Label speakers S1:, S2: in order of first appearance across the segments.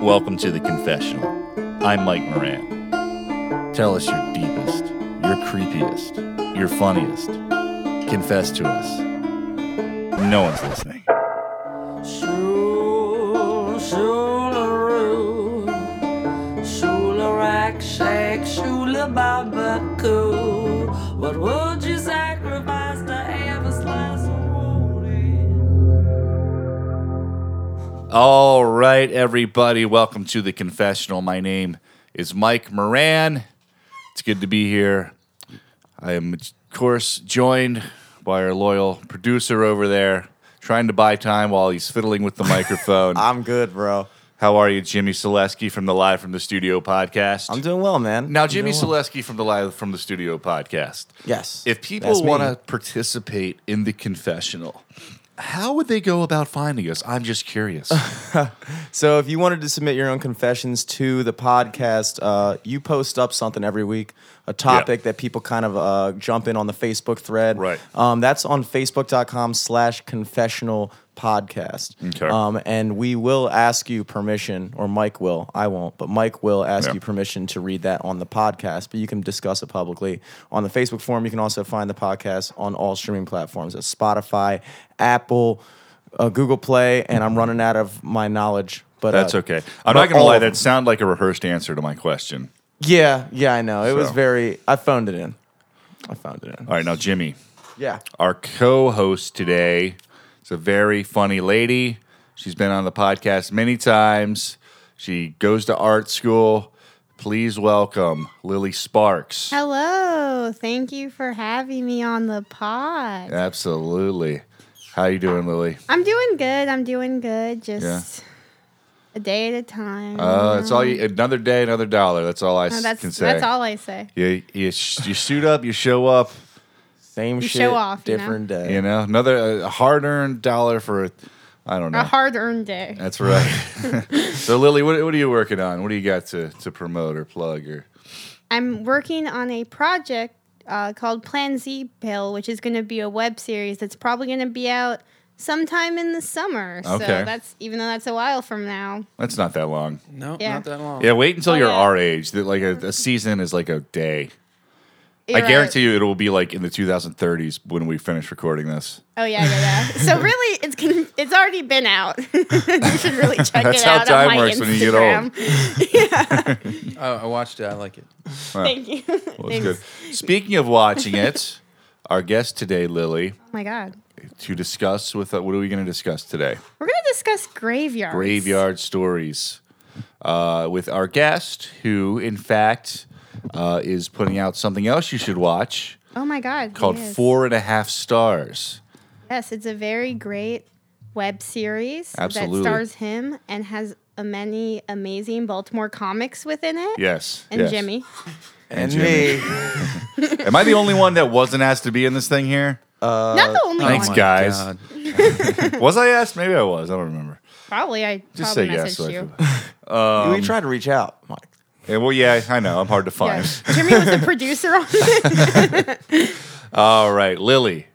S1: Welcome to the confessional. I'm Mike Moran. Tell us your deepest, your creepiest, your funniest. Confess to us. No one's listening.
S2: Shoo, shoolaroo, shoolarack, shake, shoolababacoo. What would you sacrifice to have a slice of wood?
S1: All right, everybody. Welcome to the confessional. My name is Mike Moran. It's good to be here. I am, of course, joined by our loyal producer over there, trying to buy time while he's fiddling with the microphone.
S3: I'm good, bro.
S1: How are you, Jimmy Selesky from the Live from the Studio podcast?
S3: I'm doing well, man.
S1: Now, Jimmy Selesky from the Live from the Studio podcast.
S3: Yes.
S1: If
S3: That's
S1: people
S3: me.
S1: want to participate in the confessional, how would they go about finding us? I'm just curious.
S3: So, if you wanted to submit your own confessions to the podcast, uh, you post up something every week, a topic that people kind of uh, jump in on the Facebook thread.
S1: Right.
S3: Um, that's on facebook.com slash confessional podcast.
S1: Okay.
S3: Um, and we will ask you permission, or Mike will. I won't, but Mike will ask
S1: Yeah.
S3: you permission to read that on the podcast, but you can discuss it publicly on the Facebook forum. You can also find the podcast on all streaming platforms at Spotify, Apple, uh, Google Play, and I'm running out of my knowledge. But
S1: That's
S3: uh,
S1: okay. I'm
S3: but
S1: not going to
S3: all
S1: lie.
S3: of them.
S1: That sounded like a rehearsed answer to my question.
S3: Yeah, yeah, I know. It was
S1: So.
S3: very. I phoned it in. I phoned it in.
S1: All right, now, Jimmy,
S3: Yeah.
S1: our co host today is a very funny lady. She's been on the podcast many times. She goes to art school. Please welcome Lily Sparks.
S4: Hello. Thank you for having me on the pod.
S1: Absolutely. How you doing, Lily?
S4: I'm doing good. I'm doing good. Just
S1: Yeah.
S4: a day at a time.
S1: Uh, that's all. You, another day, another dollar. That's all I s-
S4: No, Mm. Oh, that's
S1: can say.
S4: that's all I say.
S1: You you, sh- you suit up, you show up.
S3: Same
S4: You
S3: shit.
S4: show off, you know?
S3: different day.
S1: You know, another uh, hard-earned dollar for a- I don't know.
S4: A hard-earned day.
S1: That's right. so, Lily, what, what are you working on? What do you got to, to promote or plug? Or
S4: I'm working on a project uh, called Plan Z Pill, which is going to be a web series that's probably going to be out sometime in the summer.
S1: Okay.
S4: So that's even though that's a while from now.
S1: that's not that long.
S2: No,
S4: Yeah.
S2: not that long.
S1: Yeah, wait until
S4: Mm. Oh,
S1: you're
S4: yeah.
S1: our age. That like a, a season is like a day. I
S4: You're right.
S1: guarantee you, it will be like in the 2030s when we finish recording this.
S4: Oh yeah, yeah, yeah. so really, it's con- it's already been out. you should really check
S1: That's
S4: it
S1: how
S4: out
S1: time
S4: on my
S1: works
S4: Instagram.
S1: when you get old.
S2: Oh, I, I watched it. I like it.
S4: Thank you.
S1: Well, that's
S4: Thanks.
S1: good. Speaking of watching it, our guest today, Lily,
S4: Oh my god.
S1: to discuss with what are we going to discuss today?
S4: We're gonna discuss graveyards.
S1: Graveyard stories uh, with our guest, who in fact uh, is putting out something else you should watch
S4: Oh my god.
S1: called
S4: yes.
S1: Four and a Half Stars.
S4: Yes, it's a very great web series
S1: Absolutely.
S4: that stars him and has a many amazing Baltimore comics within it.
S1: Yes,
S4: And
S1: yes.
S4: Jimmy.
S3: And,
S1: Jimmy.
S3: me.
S1: Am I the only one that wasn't asked to be in this thing here?
S4: Not the
S3: Oh
S4: only
S1: Uh, thanks,
S4: one.
S1: guys. Was I asked? Maybe I was. I don't remember.
S4: Probably I
S1: Just
S4: probably
S1: say yes.
S4: messaged
S1: so I
S4: you.
S1: feel- um,
S3: we tried to reach out, Mike.
S1: Yeah, well, yeah, I know. I'm hard to find.
S4: Yes. Jimmy was the producer on it.
S1: All right, Lily.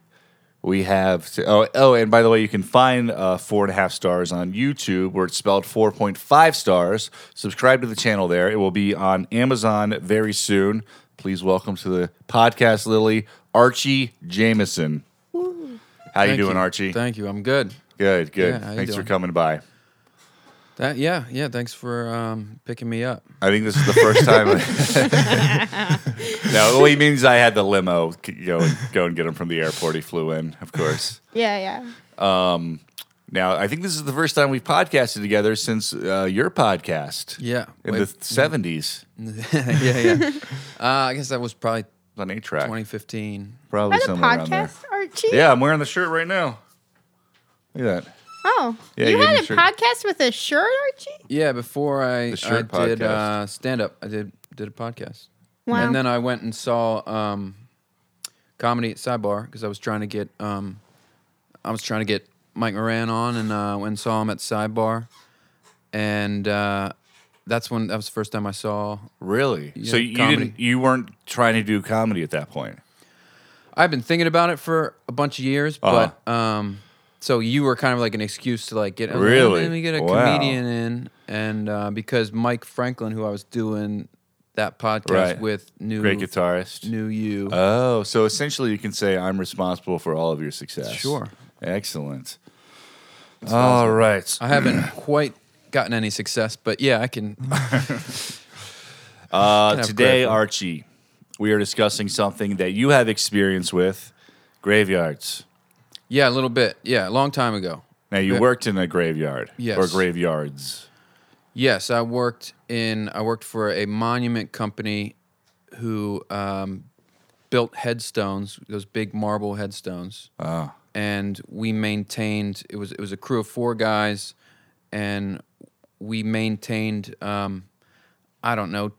S1: We have to, oh oh, and by the way, you can find uh, four and a half stars on YouTube, where it's spelled four point five stars. Subscribe to the channel there. It will be on Amazon very soon. Please welcome to the podcast, Lily Archie Jameson. How you doing, Archie?
S5: Thank you. I'm good.
S1: good, good.
S5: Yeah, how you
S1: Thanks for
S5: doing?
S1: coming by.
S5: That yeah yeah. Thanks for um, picking me up.
S1: I think this is the first time. no, well, he means I had the limo. c- Go and go and get him from the airport. He flew in, of course.
S4: yeah, yeah.
S1: Now, I think this is the first time we've podcasted together since uh, your podcast.
S5: Yeah.
S1: In
S5: Wait.
S1: the 70s
S5: yeah yeah. Uh, I guess that was probably
S1: on 8 track.
S5: 2015.
S1: Probably
S4: Had a
S1: somewhere around there.
S4: podcast, Archie?
S1: Yeah, I'm wearing the shirt right now. Look at that.
S4: Oh.
S1: Yeah,
S4: you
S1: you
S4: had
S1: had
S4: a
S1: a shirt.
S4: podcast with a shirt, Archie?
S5: Yeah, before I,
S1: The shirt
S5: I did
S1: podcast.
S5: uh, stand up. I did did a podcast.
S4: Wow.
S5: And then I went and saw um, comedy at Sidebar because I was trying to get um, I was trying to get Mike Moran on and uh, went and saw him at Sidebar, and uh, that's when that was the first time I saw
S1: Really?
S5: Yeah,
S1: so you
S5: comedy.
S1: didn't you weren't trying to do comedy at that point. Uh-huh.
S5: I've been thinking about it for a bunch of years, but um, So you were kind of like an excuse to like get oh,
S1: Really?
S5: Let me get a
S1: Wow.
S5: comedian in, and uh, because Mike Franklin, who I was doing that podcast
S1: Right.
S5: with, knew
S1: Great guitarist.
S5: knew you.
S1: Oh, so essentially you can say I'm responsible for all of your success.
S5: Sure.
S1: Excellent. All right.
S5: I haven't quite gotten any success, but yeah, I can.
S1: Uh,
S5: have
S1: today,
S5: graveyard.
S1: Archie, we are discussing something that you have experience with graveyards.
S5: Yeah, a little bit. Yeah, a long time ago.
S1: Now, you
S5: Yeah.
S1: worked in a graveyard
S5: Yes.
S1: or graveyards.
S5: Yes, I worked in. I worked for a monument company who um, built headstones, those big marble headstones.
S1: Oh,
S5: and we maintained it was it was a crew of four guys and we maintained um, I don't know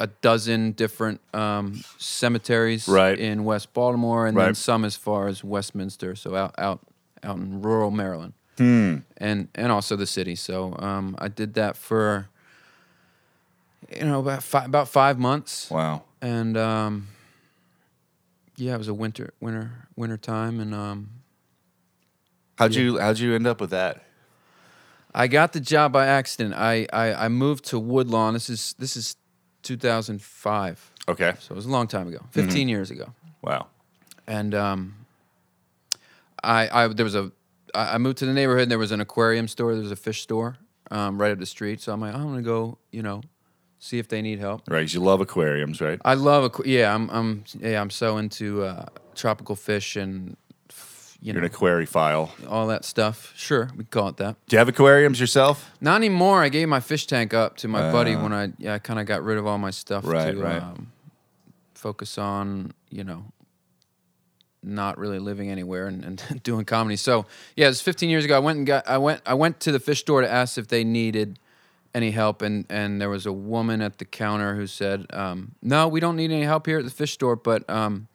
S5: a dozen different um, cemeteries
S1: Right.
S5: in West Baltimore and then
S1: Right.
S5: some as far as Westminster so out out out in rural Maryland and and also the city so um, I did that for you know about five, about five months
S1: wow.
S5: and um, yeah, it was a winter winter winter time, and um,
S1: How'd you how'd you end up with that?
S5: I got the job by accident. I, I I moved to Woodlawn. This is this is 2005,
S1: Okay.
S5: so it was a long time ago, 15 years ago,
S1: Wow.
S5: and um, I I there was a I I moved to the neighborhood. and There was an aquarium store. There was a fish store um, right up the street. So I'm like, I'm gonna go, you know, see if they need help.
S1: Right, 'cause you love aquariums, right?
S5: I love aqu- yeah, I'm I'm yeah, I'm so into uh, tropical fish and f- you
S1: You're
S5: know
S1: an aquariophile.
S5: all that stuff. Sure, we call it that.
S1: Do you have aquariums yourself?
S5: Not anymore. I gave my fish tank up to my buddy when I yeah, I kind of got rid of all my stuff
S1: Uh. Right,
S5: to
S1: right.
S5: Um, focus on you know not really living anywhere and, and doing comedy. So yeah, it was 15 years ago. I went and got I went I went to the fish store to ask if they needed any help and and there was a woman at the counter who said, um, "No, we don't need any help here at the fish store, but." Um,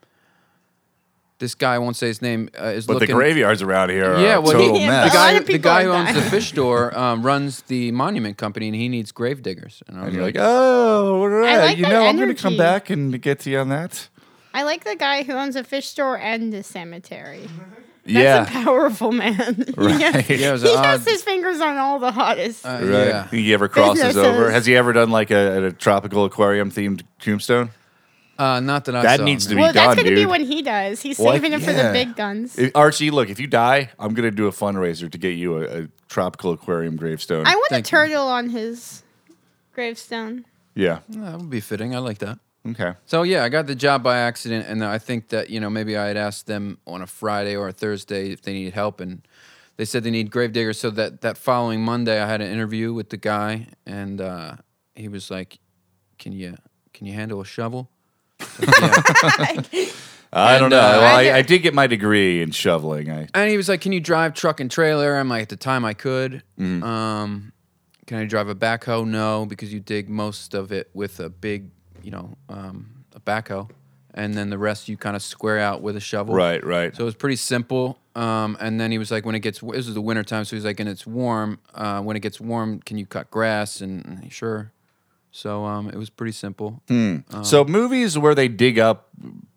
S5: this guy I won't say his name uh, is
S1: But
S5: looking
S1: the graveyards around here are
S5: yeah,
S1: a
S5: well,
S1: total
S5: he,
S4: Yeah,
S5: the
S1: mess.
S4: lot
S5: guy,
S4: of
S5: the
S4: people
S5: guy
S4: have
S5: who owns the
S4: died.
S5: fish store um, runs the monument company, and he needs grave diggers. And I was
S1: And you're
S5: like,
S1: like, oh, all right.
S4: like
S1: you
S4: that
S1: know, I'm going to come
S4: energy.
S1: back and get to you on that.
S4: I like the guy who owns a fish store and a cemetery.
S1: yeah.
S4: That's a powerful man. He
S1: Right.
S4: has-
S5: yeah, it was
S4: he
S5: an odd.
S4: has his fingers on all the hottest.
S5: uh,
S1: Right.
S5: Yeah.
S1: Think he ever crosses
S4: Businesses.
S1: over? Has he ever done like a, a tropical aquarium themed tombstone?
S5: Uh, not that I
S1: That
S5: saw,
S1: needs to
S5: no.
S1: be
S4: well, that's
S1: done,
S4: gonna be
S1: dude.
S4: when he dies. He's
S1: What?
S4: saving it for the
S1: Yeah.
S4: big guns.
S1: If- Archie, look, if you die, I'm gonna do a fundraiser to get you a, a tropical aquarium gravestone.
S4: I want a
S5: Thank you.
S4: turtle on his gravestone.
S1: yeah.
S5: Mm, That would be fitting. I like that.
S1: Okay.
S5: So yeah, I got the job by accident, and I think that you know maybe I had asked them on a Friday or a Thursday if they needed help, and they said they need grave diggers. So that that following Monday, I had an interview with the guy, and uh, he was like, "Can you can you handle a shovel?"
S1: I
S5: And,
S1: don't know.
S5: uh,
S1: well,
S4: I-
S1: I, I did get my degree in shoveling. I
S5: And he was like, "Can you drive truck and trailer?" I'm like, "At the time, I could.
S1: Mm-hmm.
S5: Um, can I drive a backhoe? No, because you dig most of it with a big, you know, um, a backhoe, and then the rest you kind of square out with a shovel.
S1: right, right.
S5: So it was pretty simple. Um, and then he was like, "When it gets this is the winter time, so he's like, and it's warm. Uh, when it gets warm, can you cut grass?" And, and sure. So um, it was pretty simple.
S1: Hmm. so movies where they dig up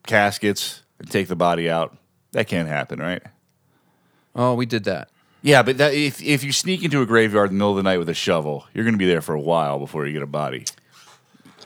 S1: caskets and take the body out, that can't happen, right?
S5: Oh, we did that.
S1: Yeah, but that, if if you sneak into a graveyard in the middle of the night with a shovel, you're gonna be there for a while before you get a body.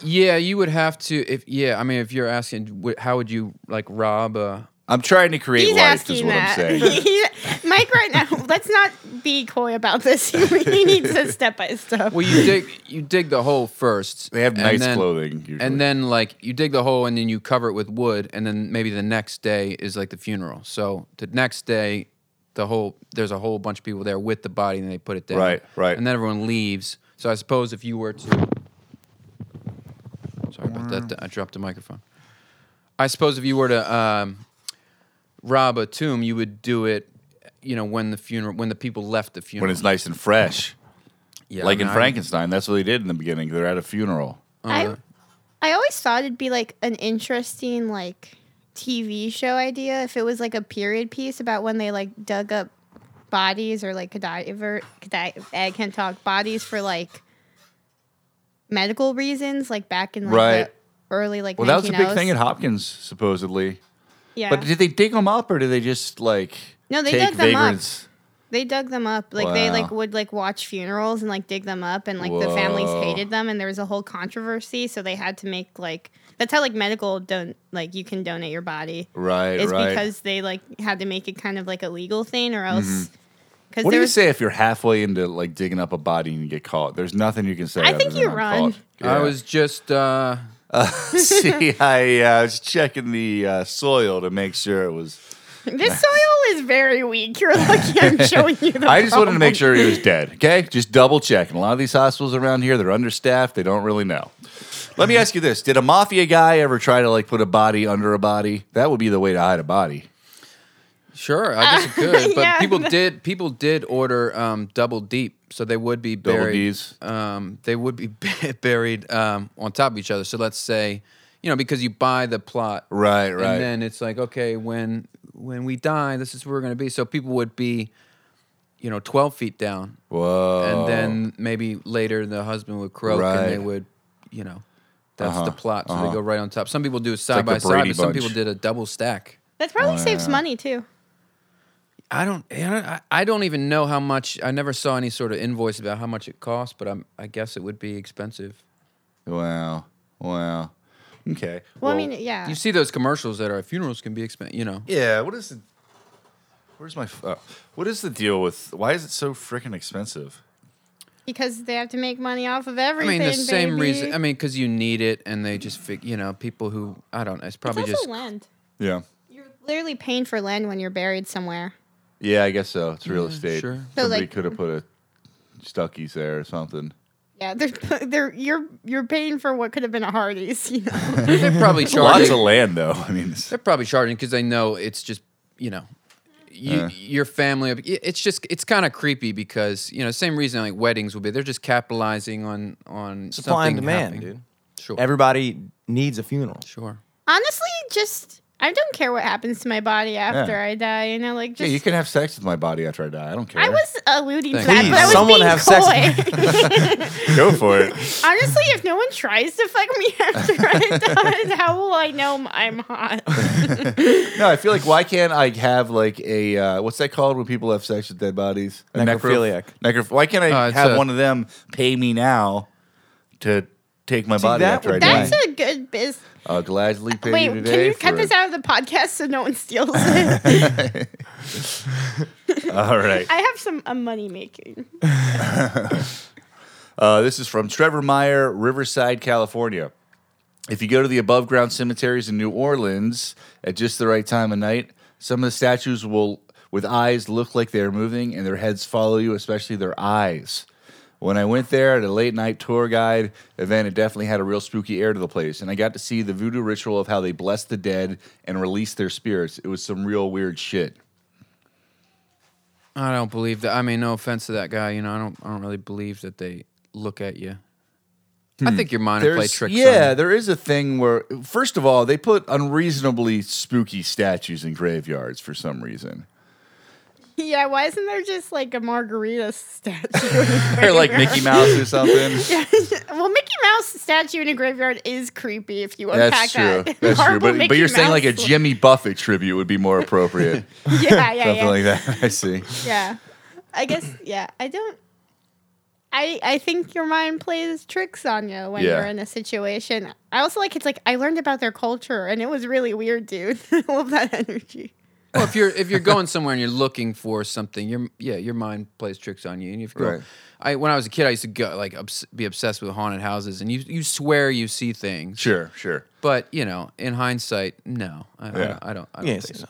S5: Yeah, you would have to if yeah. I mean, if you're asking, wh- how would you like rob a
S1: I'm trying to create
S4: He's
S1: life, is
S4: asking
S1: what
S4: that.
S1: I'm saying.
S4: He- Mike, right now, let's not be coy about this. He, he needs a step by step.
S5: Well, you dig you dig the hole first.
S1: They have
S5: and
S1: nice
S5: then-
S1: clothing. Usually.
S5: And then like you dig the hole and then you cover it with wood and then maybe the next day is like the funeral. So the next day the whole there's a whole bunch of people there with the body and they put it down.
S1: Right, right.
S5: And then everyone leaves. So I suppose if you were to Sorry about that. th- I dropped the microphone. I suppose if you were to um, rob a tomb, you would do it you know when the funeral when the people left the funeral.
S1: when it's nice and fresh.
S5: yeah,
S1: like
S5: I mean,
S1: in
S5: I-
S1: Frankenstein, that's what they did in the beginning. They're at a funeral.
S4: I, I always thought it'd be like an interesting like TV show idea if it was like a period piece about when they like dug up bodies or like cadaver cadaver I can't talk bodies for like medical reasons like back in like
S1: Right.
S4: the early like
S1: Well, that was a big
S4: 1900s.
S1: thing at Hopkins, supposedly.
S4: yeah
S1: But did they dig them up, or did they just like
S4: No, they
S1: take
S4: dug them up.
S1: vagrants?
S4: They dug them up. Like they like
S1: Wow.
S4: would like watch funerals and like dig them up and like the families
S1: Whoa.
S4: hated them and there was a whole controversy so they had to make like that's how like medical don't like you can donate your body.
S1: Right,
S4: It's
S1: right.
S4: because they like had to make it kind of like a legal thing or else because
S1: what do
S4: there
S1: you
S4: was
S1: say if you're halfway into like digging up a body and you get caught? There's nothing you can say.
S4: I
S1: other
S4: think
S1: than
S4: you
S1: I'm
S4: run.
S1: caught.
S5: I
S1: Yeah.
S5: was just uh,
S1: See, I uh, was checking the uh, soil to make sure it was.
S4: this soil is very weak. You're lucky I'm showing you the
S1: I just wanted to make
S4: problem.
S1: sure he was dead. Okay, just double checking. A lot of these hospitals around here, they're understaffed. They don't really know. Let me ask you this: Did a mafia guy ever try to like put a body under a body? That would be the way to hide a body.
S5: sure. I guess it could, but
S4: yeah.
S5: people did people did order um, double deep, so they would be
S1: Double
S5: buried.
S1: Ds.
S5: Um, they would be buried um, on top of each other. So let's say, you know, because you buy the plot,
S1: Right, right.
S5: And then it's like, okay, when when we die, this is where we're going to be. So people would be, you know, twelve feet down,
S1: Whoa.
S5: and then maybe later the husband would croak, and they
S1: Oh. Right.
S5: would, you know, that's
S1: Uh-huh,
S5: the plot. So
S1: uh-huh.
S5: they go right on top. Some people do it side
S1: like the
S5: by side,
S1: Brady
S5: but some
S1: Bunch.
S5: people did a double stack.
S4: That probably
S1: Oh,
S4: saves
S1: yeah.
S4: money too.
S5: I don't, I don't, I- I don't even know how much. I never saw any sort of invoice about how much it costs, but I'm, I guess it would be expensive.
S1: wow, wow. Okay.
S4: Well, I mean, yeah.
S5: You see those commercials that are funerals can be expensive. You know,
S1: Yeah, what is the Where's my f- uh, What is the deal with why is it so freaking expensive?
S4: because they have to make money off of
S5: I
S4: everything.
S5: mean the same
S4: baby.
S5: reason. I mean because you need it, and they just, fig- you know, people who I don't. know.
S4: it's
S5: It's probably
S4: also
S5: just
S4: land.
S1: Yeah.
S4: You're literally paying for land when you're buried somewhere.
S1: Yeah, I guess so. It's real estate.
S5: sure.
S4: So,
S1: Somebody
S4: like-
S1: could have put a Stuckies there or something.
S4: Yeah, they're they're you're you're paying for what could have been a Hardee's. You know?
S5: they're probably
S1: Lots of
S5: charging.
S1: land though. I mean, it's-
S5: They're probably charging because they know it's just you know, you,
S1: Uh.
S5: your family. It's just it's kind of creepy because you know same reason like weddings will be. They're just capitalizing on on
S3: Supply and
S5: something
S3: demand,
S5: happening.
S3: dude.
S5: Sure,
S3: Everybody needs a funeral.
S5: sure.
S4: Honestly, just I don't care what happens to my body after
S1: Yeah.
S4: I die. You know, like
S1: yeah,
S4: just
S1: you can have sex with my body after I die. I don't care.
S4: I was alluding
S5: Thanks.
S4: to that,
S5: Please,
S4: but I was
S3: someone
S4: being
S3: have sex with
S4: coy.
S1: go for it.
S4: Honestly, if no one tries to fuck me after I die, how will I know I'm hot?
S1: No, I feel like why can't I have like a uh, what's that called when people have sex with dead bodies? A necro-
S3: Necrophiliac.
S1: necroph- why can't I
S5: Uh, it's
S1: have
S5: a-
S1: one of them pay me now to take my body
S3: that
S1: after I
S3: would-
S1: die?
S4: That's a good biz.
S1: I'll gladly pay
S4: Wait,
S1: you today.
S4: can you
S1: for
S4: cut
S1: a-
S4: this out of the podcast so no one steals it?
S1: All right.
S4: I have some uh, money making.
S1: Uh, this is from Trevor Meyer, Riverside, California. If you go to the above ground cemeteries in New Orleans at just the right time of night, some of the statues will, with eyes, look like they are moving and their heads follow you, especially their eyes. When I went there at a late night tour guide event, it definitely had a real spooky air to the place. And I got to see the voodoo ritual of how they bless the dead and release their spirits. It was some real weird shit.
S5: I don't believe that. I mean, no offense to that guy. You know, I don't. I don't really believe that they look at you. I think your mind will play
S1: Hmm. There's-
S5: tricks.
S1: Yeah,
S5: on you.
S1: there is a thing where, first of all, they put unreasonably spooky statues in graveyards for some reason.
S4: Yeah, why isn't there just like a margarita statue?
S1: They're like Mickey Mouse or something.
S4: well, Mickey Mouse statue in a graveyard is creepy if you unpack
S1: That's true.
S4: that.
S1: That's true.
S4: Marble
S1: But, but
S4: Mickey
S1: you're saying like a
S4: Mouse.
S1: Jimmy Buffett tribute would be more appropriate.
S4: Yeah, yeah,
S1: something
S4: yeah.
S1: like that. I see.
S4: yeah. I guess yeah. I don't. I I think your mind plays tricks on you when
S1: Yeah.
S4: you're in a situation. I also like it's like I learned about their culture and it was really weird, dude. I love that energy.
S5: Well, if you're if you're going somewhere and you're looking for something, your yeah, your mind plays tricks on you. And if you go,
S1: Right.
S5: I when I was a kid, I used to go like obs- be obsessed with haunted houses, and you you swear you see things.
S1: Sure, sure.
S5: But you know, in hindsight, no, I, I don't. I don't, I don't
S3: Yes,
S5: think so.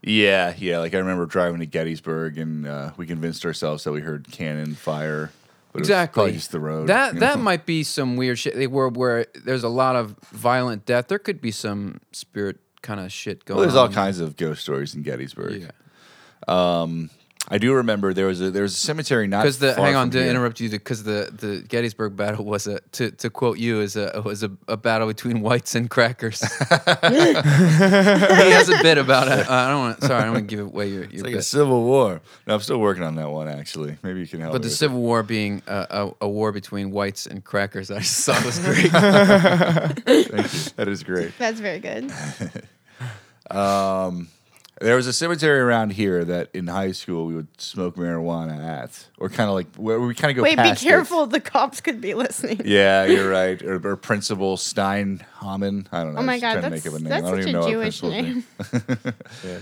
S1: Yeah, yeah. Like I remember driving to Gettysburg and uh, we convinced ourselves that we heard cannon fire. But
S5: Exactly.
S1: It was probably just the road.
S5: That
S1: you
S5: that
S1: know?
S5: might be some weird shit. They were where there's a lot of violent death. There could be some spirit kind of shit going.
S1: Well, there's all
S5: on.
S1: kinds of ghost stories in Gettysburg.
S5: Um,
S1: Um,
S5: Yeah.
S1: I do remember there was a there was a cemetery not
S5: Because the
S1: far
S5: hang on
S1: from
S5: to
S1: here.
S5: interrupt you because the, the Gettysburg battle was a to, to quote you is a was a, a battle between whites and crackers. he has a bit about it. I don't want. Sorry, I don't want to give away your, your
S1: It's like a
S5: bit.
S1: civil war. No, I'm still working on that one actually. Maybe you can help.
S5: But the
S1: me with
S5: Civil War being a, a, a war between whites and crackers, I just thought was great.
S1: it. Thank you. That is great.
S4: That's very good.
S1: There was a cemetery around here that in high school we would smoke marijuana at, or kind of like where we kind of go.
S4: Wait, be
S1: past it.
S4: careful. The cops could be listening.
S1: Yeah, you're right. Or, or Principal Steinhamen. I don't know.
S4: Oh my
S1: I was trying to
S4: God, that's-
S1: make up a name.
S4: that's
S1: I don't
S4: such
S1: even
S4: a
S1: know
S4: Jewish
S1: our principal's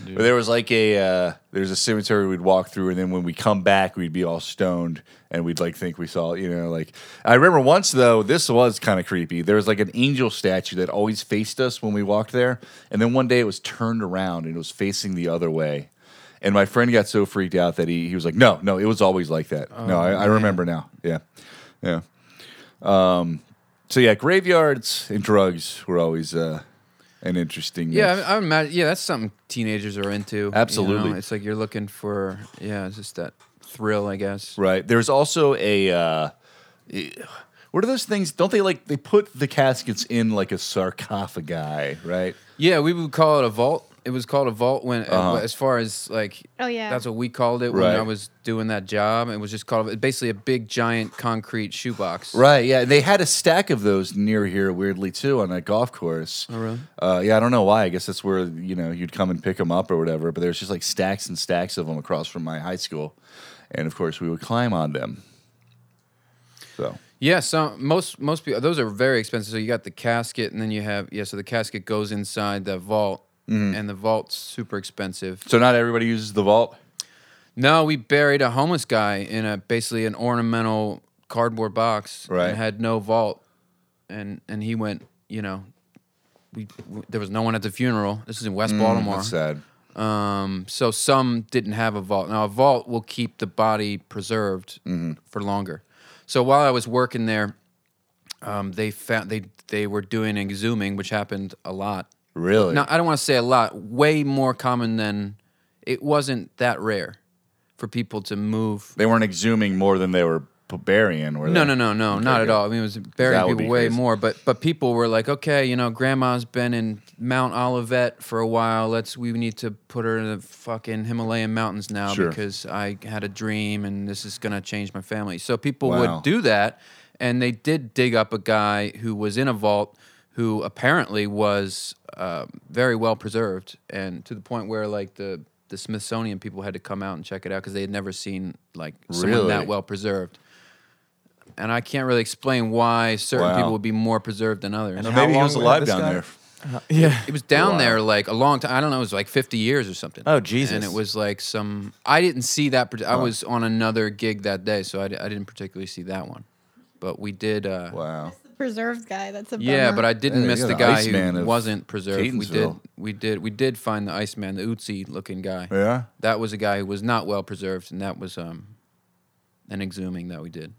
S4: name.
S1: but there was like a uh, there's a cemetery we'd walk through, and then when we come back, we'd be all stoned, and we'd like think we saw you know like I remember once though this was kind of creepy. There was like an angel statue that always faced us when we walked there, and then one day it was turned around and it was facing the other way. And my friend got so freaked out that he, he was like, no, no, it was always like that. no, I, I remember now. Yeah. Yeah. Um, so, yeah, graveyards and drugs were always uh, an interesting
S5: Yeah,
S1: mix.
S5: I, I would imagine. Yeah, that's something teenagers are into. you know?
S1: Absolutely.
S5: It's like you're looking for, yeah, it's just that thrill, I guess.
S1: Right. There's also a. Uh, eh, what are those things? Don't they like they put the caskets in like a sarcophagi, right?
S5: Yeah, we would call it a vault. It was called a vault when, uh, as far as like,
S4: Oh, yeah.
S5: that's what we called it when
S1: Uh-huh. Right.
S5: I was doing that job. It was just called basically a big giant concrete shoebox.
S1: Right. Yeah. They had a stack of those near here, weirdly too, on a golf course. Oh,
S5: really?
S1: Uh, yeah. I don't know why. I guess that's where you know you'd come and pick them up or whatever. But there's just like stacks and stacks of them across from my high school, and of course we would climb on them. So
S5: Yeah, so most most people those are very expensive. So you got the casket, and then you have yeah. So the casket goes inside the vault,
S1: Mm-hmm.
S5: and the vault's super expensive.
S1: so not everybody uses the vault.
S5: No, we buried a homeless guy in a basically an ornamental cardboard box.
S1: Right.
S5: And had no vault, and and he went. You know, we w- there was no one at the funeral. This is in West Baltimore.
S1: Mm, That's sad.
S5: Um, so some didn't have a vault. Now a vault will keep the body preserved
S1: Mm-hmm.
S5: for longer. So while I was working there, um, they found they they were doing exhuming, which happened a lot.
S1: Really?
S5: Now I don't want to say a lot, way more common than it wasn't that rare for people to move.
S1: They weren't exhuming more than they were p- burying. Were
S5: No,
S1: they?
S5: no, no, no, not at all. I mean, it was
S1: That
S5: burying
S1: would
S5: people
S1: be
S5: way
S1: crazy.
S5: more, but but people were like, okay, you know, grandma's been in Mount Olivet for a while. Let's we need to put her in the fucking Himalayan mountains now
S1: Sure.
S5: because I had a dream and this is gonna change my family. So people
S1: Wow.
S5: would do that, and they did dig up a guy who was in a vault who apparently was uh, very well preserved and to the point where like the the Smithsonian people had to come out and check it out because they had never seen like someone
S1: Really?
S5: that well preserved and I can't really explain why certain
S1: Wow.
S5: people would be more preserved than others.
S3: And-
S1: Maybe
S3: How
S1: he was
S3: long
S1: alive
S3: this
S1: down
S3: guy-
S1: there.
S3: Yeah.
S5: It was down
S1: Wow.
S5: there like a long time. I don't know. It was like 50 years or something.
S3: Oh, Jesus.
S5: And it was like some. I didn't see that. part- I was on another gig that day, so I, di- I didn't particularly see that one. But we did. Uh,
S1: Wow.
S4: Preserved guy. That's a bummer.
S5: Yeah, but I
S1: Yeah,
S5: didn't miss
S1: you're
S5: the
S1: the
S5: guy
S1: Iceman
S5: who
S1: of
S5: wasn't preserved. We did.
S1: Catonsville.
S5: We did. We did find the Iceman, the Utsi looking guy.
S1: Yeah.
S5: That was a guy who was not well preserved, and that was um, an exhuming that we did.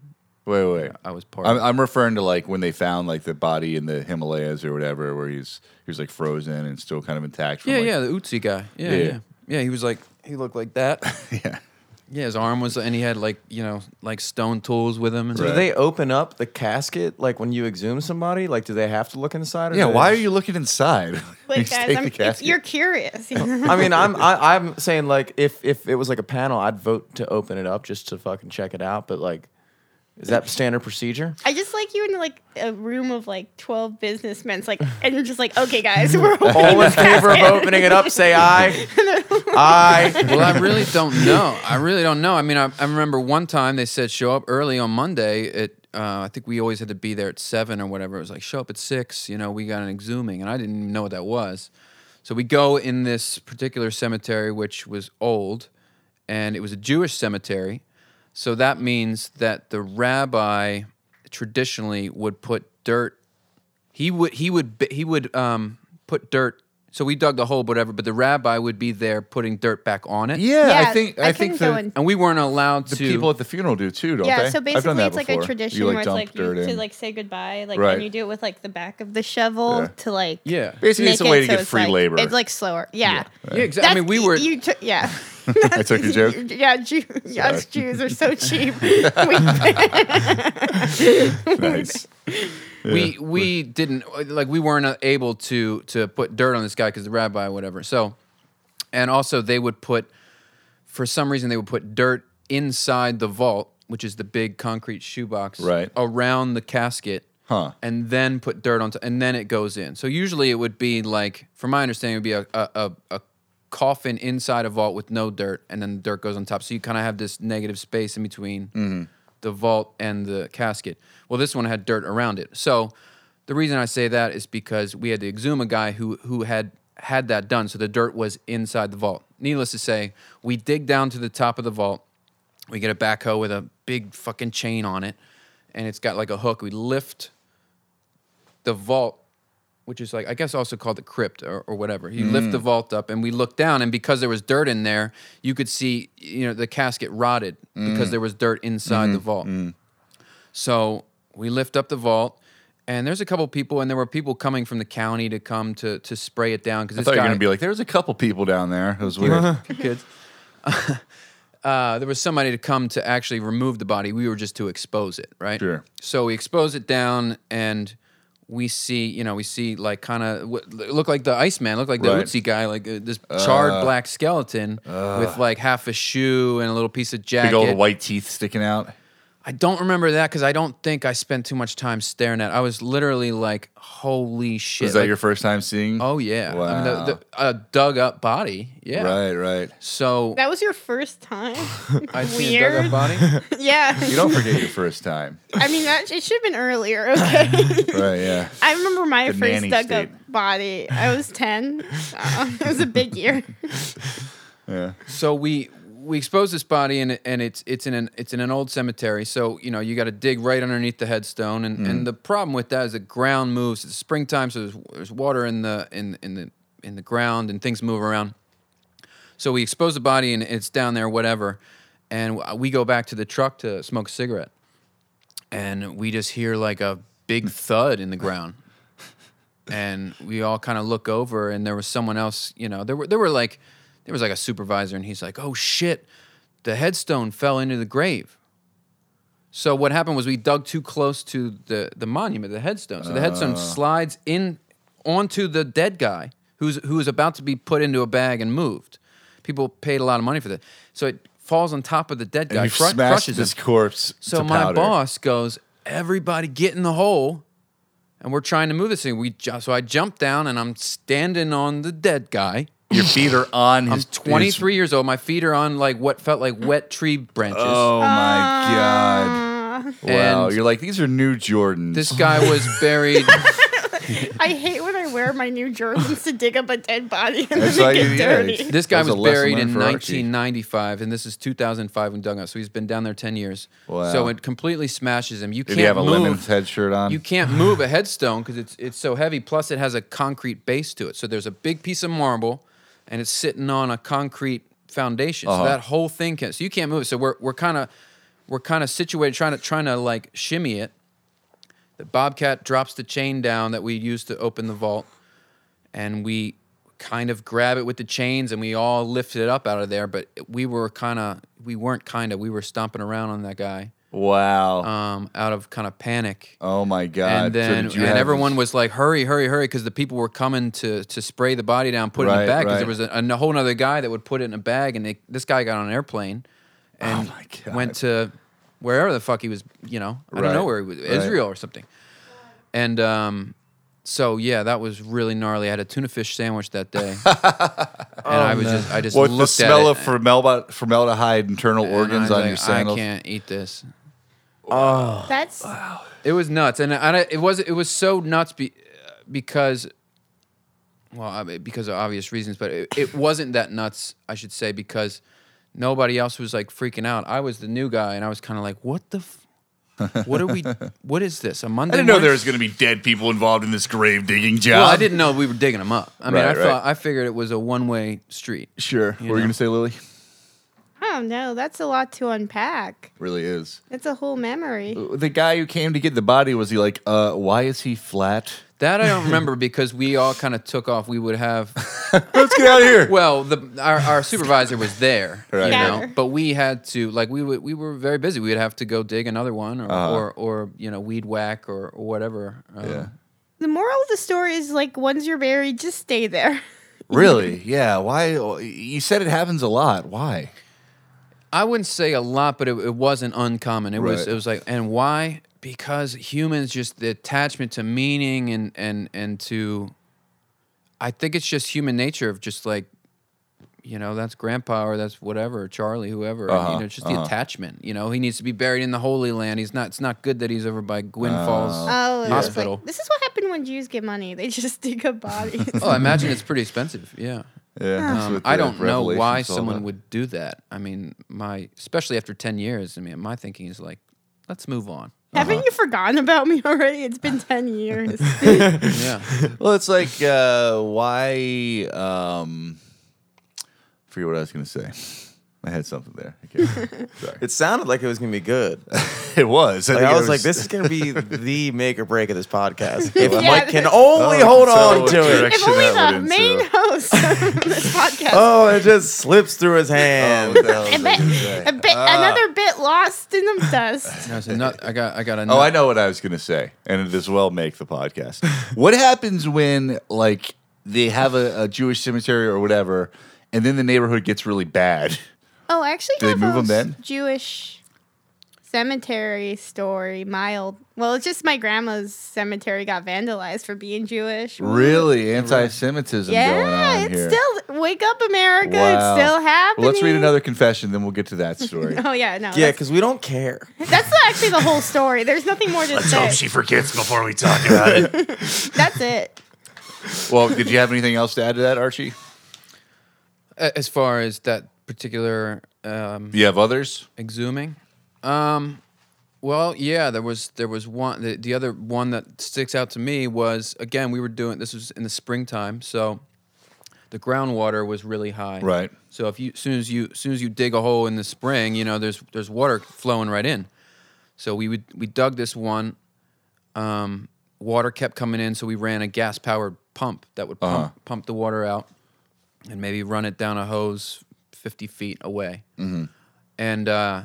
S1: Wait, wait.
S5: I was part.
S1: I'm,
S5: of.
S1: I'm referring to like when they found like the body in the Himalayas or whatever, where he's he was like frozen and still kind of intact. From,
S5: Yeah,
S1: like-
S5: yeah, the Utsi guy. Yeah,
S1: Yeah.
S5: yeah, yeah. he was like he looked like that.
S1: yeah.
S5: yeah, his arm was and he had like, you know, like stone tools with him and
S1: Right.
S3: Do they open up the casket like when you exhume somebody? Like, do they have to look inside? Or
S1: Yeah.
S3: do they
S1: Why are
S3: just-
S1: you looking inside?
S4: Wait,
S1: Just
S4: guys,
S1: take
S4: I'm,
S1: the
S4: it's,
S1: casket.
S4: you're curious.
S3: I mean, I'm I, I'm saying like if if it was like a panel, I'd vote to open it up just to fucking check it out. But like, is that standard procedure?
S4: I just like you in like a room of like twelve businessmen. It's like, and you're just like, okay, guys, we're opening
S3: All in
S4: this
S3: favor of
S4: casket."
S3: opening it up, say aye. aye.
S5: well, I really don't know. I really don't know. I mean, I, I remember one time they said show up early on Monday. At uh, I think we always had to be there at seven or whatever. It was like show up at six. You know, we got an exhuming, and I didn't even know what that was. So we go in this particular cemetery, which was old, and it was a Jewish cemetery. So that means that the rabbi traditionally would put dirt he would he would b- he would um put dirt so we dug the hole whatever but the rabbi would be there putting dirt back on it
S1: yeah, I
S4: Yeah,
S1: think
S4: I
S1: I, think
S4: couldn't go
S1: the,
S4: in.
S5: and we weren't allowed
S1: the
S5: to
S1: people at the funeral do too, don't
S4: Yeah,
S1: they?
S4: so
S1: I've done
S4: basically,
S1: that
S4: it's like a
S1: before. You,
S4: tradition
S1: like,
S4: where it's
S1: dump
S4: like you
S1: dirt
S4: to
S1: in.
S4: like say goodbye, like
S1: Right.
S4: and you do it with like the back of the shovel
S1: Yeah.
S4: to like
S5: Yeah.
S1: Basically, it's
S4: make
S1: a way
S4: it
S1: to
S4: so
S1: get
S4: it's,
S1: free
S4: like-
S1: labor.
S4: It's like slower, yeah.
S5: yeah exactly i mean we
S4: That's- e-,
S5: were
S4: You took yeah.
S1: I took a joke.
S4: Yeah, Jew, us
S1: Sorry.
S4: Jews are so cheap. We-
S1: nice.
S5: we we didn't like we weren't uh, able to to put dirt on this guy because the rabbi whatever so and also they would put for some reason they would put dirt inside the vault which is the big concrete shoebox
S1: Right.
S5: around the casket
S1: Huh.
S5: and then put dirt on top and then it goes in so usually it would be like from my understanding it would be a, a, a, a coffin inside a vault with no dirt, and then the dirt goes on top. So you kind of have this negative space in between the vault and the casket. Well, this one had dirt around it. So the reason I say that is because we had to exhume a guy who who had had that done. So the dirt was inside the vault. Needless to say, we dig down to the top of the vault. We get a backhoe with a big fucking chain on it, and it's got like a hook. We lift the vault, which is like I guess also called the crypt or, or whatever. You lift
S1: Mm.
S5: the vault up, and we look down, and because there was dirt in there, you could see you know the casket rotted
S1: Mm.
S5: because there was dirt inside
S1: Mm-hmm.
S5: the vault. So we lift up the vault, and there's a couple people, and there were people coming from the county to come to to spray it down because
S1: I
S5: this
S1: thought you were
S5: guy
S1: gonna be like, there was a couple people down there. It was weird.
S5: kids. Uh, there was somebody to come to actually remove the body. We were just to expose it, right?
S1: Sure.
S5: So we expose it down, and we see, you know, we see like kind of look like the Iceman, look like the
S1: Right.
S5: Utsi guy, like uh, this charred black skeleton with like half a shoe and a little piece of jacket.
S1: Big old white teeth sticking out.
S5: I don't remember that because I don't think I spent too much time staring at. it. I was literally like, "Holy shit!"
S1: Is that
S5: Like,
S1: your first time seeing?
S5: Oh yeah, I mean,
S1: Wow.
S5: the, the, a dug up body. Yeah.
S1: Right, right.
S5: So
S4: That was your first time.
S5: I see a dug
S4: Weird.
S5: up body.
S1: You
S4: yeah.
S1: don't forget your first time.
S4: I mean, that, it should have been earlier. Okay.
S1: Right, yeah.
S4: I remember my
S1: The nanny
S4: first dug up
S1: state.
S4: body. I was ten. Uh, it was a big year.
S1: Yeah.
S5: so we we expose this body and and it's it's in an it's in an old cemetery. So you know you got to dig right underneath the headstone. And and the problem with that is the ground moves. It's springtime, so there's, there's water in the in in the in the ground and things move around. So we expose the body and it's down there, whatever. And we go back to the truck to smoke a cigarette, and we just hear like a big thud in the ground and we all kind of look over and there was someone else you know there were there were like there was like a supervisor and he's like oh shit the headstone fell into the grave so what happened was we dug too close to the the monument the headstone so the headstone
S1: Ah.
S5: slides in onto the dead guy who's who is about to be put into a bag and moved people paid a lot of money for that so it falls on top of the dead
S1: And
S5: guy
S1: you
S5: cru-
S1: smashed
S5: crushes him.
S1: this corpse.
S5: So
S1: to
S5: my
S1: powder.
S5: boss goes, "Everybody get in the hole." And we're trying to move this thing. We ju- so I jump down and I'm standing on the dead guy.
S1: Your feet are on
S5: I'm
S1: his. his-
S5: 23 years old. My feet are on like what felt like wet tree branches.
S1: Oh my
S4: Uh,
S1: god! Wow,
S5: and-
S1: you're like these are new Jordans.
S5: This guy was buried.
S4: I hate when I wear my new Jordans to dig up a dead body and
S1: That's
S4: then
S1: like-
S4: they get
S1: yeah,
S4: dirty.
S1: it's-
S5: this guy
S1: That's a
S5: was
S1: lesson
S5: buried
S1: learned
S5: in
S1: for Archie.
S5: 1995, and this is 2005 when dug out. So he's been down there 10 years.
S1: Wow.
S5: So it completely smashes him. You
S1: Did
S5: can't
S1: he have a
S5: move.
S1: Lemon's head shirt on?
S5: You can't move a headstone because it's it's so heavy. Plus, it has a concrete base to it. So there's a big piece of marble, and it's sitting on a concrete foundation.
S1: Uh-huh.
S5: So that whole thing can. So you can't move it. So we're we're kind of we're kind of situated trying to trying to like shimmy it. The bobcat drops the chain down that we used to open the vault, and we kind of grab it with the chains and we all lift it up out of there. But we were kind of we weren't kind of we were stomping around on that guy.
S1: wow.
S5: Um, out of kind of panic,
S1: oh my god!
S5: and
S1: So
S5: then
S1: did you
S5: and
S1: have-
S5: everyone was like, "Hurry, hurry, hurry!" Because the people were coming to to spray the body down, put it in
S1: Right,
S5: a bag. Because
S1: right.
S5: there was a, a whole other guy that would put it in a bag, and they, this guy got on an airplane and
S1: Oh my God.
S5: went to wherever the fuck he was. You know, I don't
S1: Right,
S5: know where he was,
S1: right.
S5: Israel or something. And um, so yeah, that was really gnarly. I had a tuna fish sandwich that day, and I was just I just
S1: Oh, What the
S5: looked at
S1: smell
S5: it
S1: of formaldehyde, formaldehyde internal
S5: and I
S1: organs
S5: was
S1: on
S5: like,
S1: your sandals?
S5: I can't eat this.
S4: That's
S5: It was nuts, and, and I, it was it was so nuts be, because, well, I mean, because of obvious reasons, but it, it wasn't that nuts, I should say, because nobody else was like freaking out. I was the new guy, and I was kind of like, "What the, f- what are we? what is this? A Monday?
S1: I didn't know
S5: morning?
S1: there was going to be dead people involved in this grave digging job.
S5: Well, I didn't know we were digging them up. I mean,
S1: Right,
S5: I
S1: right.
S5: thought I figured it was a one way street.
S1: Sure. What were you
S5: know.
S1: going to say, Lily?
S4: I don't know. oh, That's a lot to unpack.
S1: Really is.
S4: That's a whole memory.
S1: The guy who came to get the body was he like, uh, why is he flat?
S5: That I don't remember because we all kind of took off. We would have
S1: Let's get out of here.
S5: Well, the our, our supervisor was there,
S1: Right.
S5: you know,
S4: Matter.
S5: but we had to like we would, we were very busy. We would have to go dig another one or or, or you know weed whack or, or whatever. Um,
S1: Uh-huh. Yeah.
S4: The moral of the story is like once you're buried, just stay there.
S1: Really? Yeah. Why? You said it happens a lot. Why?
S5: I wouldn't say a lot, but it, it wasn't uncommon. It was
S1: Right.
S5: it was like and why? Because humans just the attachment to meaning and and and to, I think it's just human nature of just like you know, that's grandpa or that's whatever, Charlie, whoever.
S1: Uh-huh,
S5: You know, it's just
S1: uh-huh.
S5: the attachment. You know, he needs to be buried in the Holy Land. He's not. It's not good that he's over by Gwyn Falls
S4: Oh, it was
S5: Hospital.
S4: Like, this is what happened when Jews get money. They just dig up bodies.
S5: oh, I imagine it's pretty expensive. Yeah.
S1: Yeah, that's
S5: Um,
S1: what
S5: I
S1: the
S5: don't know why
S1: Revelation's all
S5: someone
S1: about.
S5: would do that. I mean, my especially after ten years. I mean, my thinking is like, let's move on.
S4: Haven't you forgotten about me already? It's been 10 years.
S5: Yeah,
S1: Well, it's like uh, why? Um, forget what I was going to say. I had something there. I can't remember. Sorry.
S3: It sounded like it was gonna be good. Like,
S1: it was.
S3: I,
S1: think it
S3: was, like, this is gonna be the make or break of this podcast. If
S4: Yeah,
S3: Mike can
S4: this-
S3: only
S1: Oh,
S3: hold
S1: so
S3: on to it.
S1: direction
S4: if only
S1: that
S4: the
S1: went
S4: main
S1: into.
S4: host of this podcast.
S3: Oh, it just slips through his
S1: Oh,
S3: hand.
S1: what the hell was
S4: a
S1: I
S4: bit,
S1: gonna say?
S4: a bit, another bit lost in the dust.
S5: No, it's a nut- I got, I got a.
S1: Oh, I
S5: nut-
S1: know what I was going to say, and it as well make the podcast. what happens when like they have a, a Jewish cemetery or whatever, and then the neighborhood gets really bad?
S4: Oh, I actually
S1: Did they
S4: have
S1: move
S4: a
S1: 'em then?
S4: Jewish cemetery story. My old, well, it's just my grandma's cemetery got vandalized for being Jewish.
S1: Really, anti-Semitism going on
S4: Yeah, it's
S1: here.
S4: still wake up, America.
S1: Wow.
S4: It's still happening.
S1: well, let's read another confession, then we'll get to that story.
S4: Oh yeah, no.
S3: Yeah,
S4: that's,
S3: because we don't care.
S4: that's actually the whole story. There's nothing more to say.
S1: forgets before we talk about it.
S4: That's it.
S1: Well, did you have anything else to add to that, Archie?
S5: A- as far as that particular um,
S1: Do you have others?
S5: exhuming. Um, well, yeah, there was there was one. The, the other one that sticks out to me was again we were doing this was in the springtime, so the groundwater was really high.
S1: Right.
S5: So if you soon as you soon as you dig a hole in the spring, you know there's there's water flowing right in. So we would we dug this one. Um, water kept coming in, so we ran a gas powered pump that would pump,
S1: Uh-huh.
S5: pump the water out, and maybe run it down a hose fifty feet away.
S1: Mm-hmm.
S5: And uh,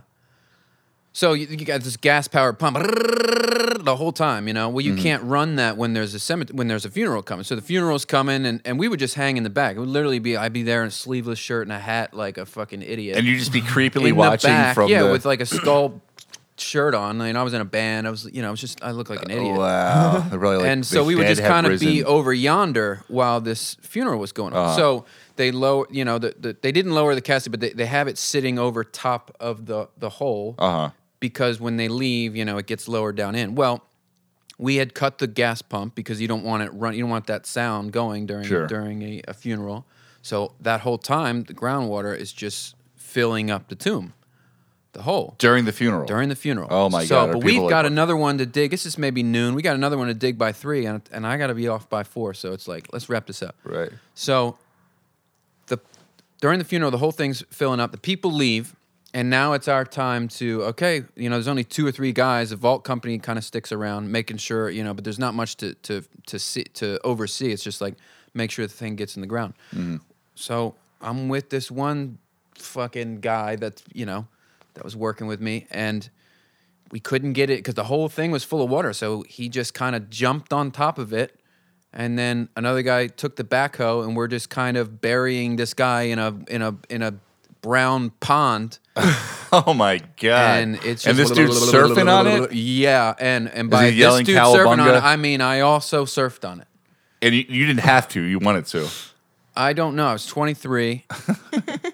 S5: so you, you got this gas powered pump the whole time, you know. Well,
S1: Mm-hmm.
S5: you can't run that when there's a cemetery, when there's a funeral coming. So the funeral's coming, and, and we would just hang in the back. It would literally be I'd be there in a sleeveless shirt and a hat like a fucking idiot
S1: And you just be creepily
S5: in the
S1: watching
S5: back,
S1: from
S5: yeah,
S1: the
S5: with like a skull shirt on. I mean, I was in a band. I was, you know, I was just I looked like an idiot.
S1: wow. They're probably Oh, like,
S5: and
S1: the
S5: so we would
S1: dead
S5: just
S1: have
S5: kind of be
S1: risen. Ah.
S5: over yonder while this funeral was going on. So they lower, you know, the, the, they didn't lower the casket, but they, they have it sitting over top of the the hole
S1: Uh-huh.
S5: because when they leave, you know, it gets lowered down in. Well, we had cut the gas pump because you don't want it run. You don't want that sound going during
S1: Sure.
S5: during a, a funeral. So that whole time, the groundwater is just filling up the tomb, the hole
S1: during the funeral.
S5: during the funeral.
S1: Oh my
S5: so,
S1: God, are
S5: But
S1: people
S5: we've
S1: like-
S5: got another one to dig. This is maybe noon. We got another one to dig by three, and and I got to be off by four. So it's like let's wrap this up.
S1: Right.
S5: So the during the funeral, the whole thing's filling up. The people leave, and now it's our time to okay. You know, there's only two or three guys. The vault company kind of sticks around, making sure you know, but there's not much to to to see to oversee. It's just like make sure the thing gets in the ground. So I'm with this one fucking guy that you know that was working with me, and we couldn't get it because the whole thing was full of water. So he just kind of jumped on top of it. And then another guy took the backhoe, and we're just kind of burying this guy in a in a in a brown pond.
S1: Oh my god.
S5: And it's just
S1: and this dude surfing on it,
S5: Yeah, and and by
S1: he
S5: this
S1: yelling
S5: dude surfing on
S1: cowabunga?
S5: it, I mean I also surfed on it.
S1: and you, you didn't have to. You wanted to.
S5: I don't know. I was 23,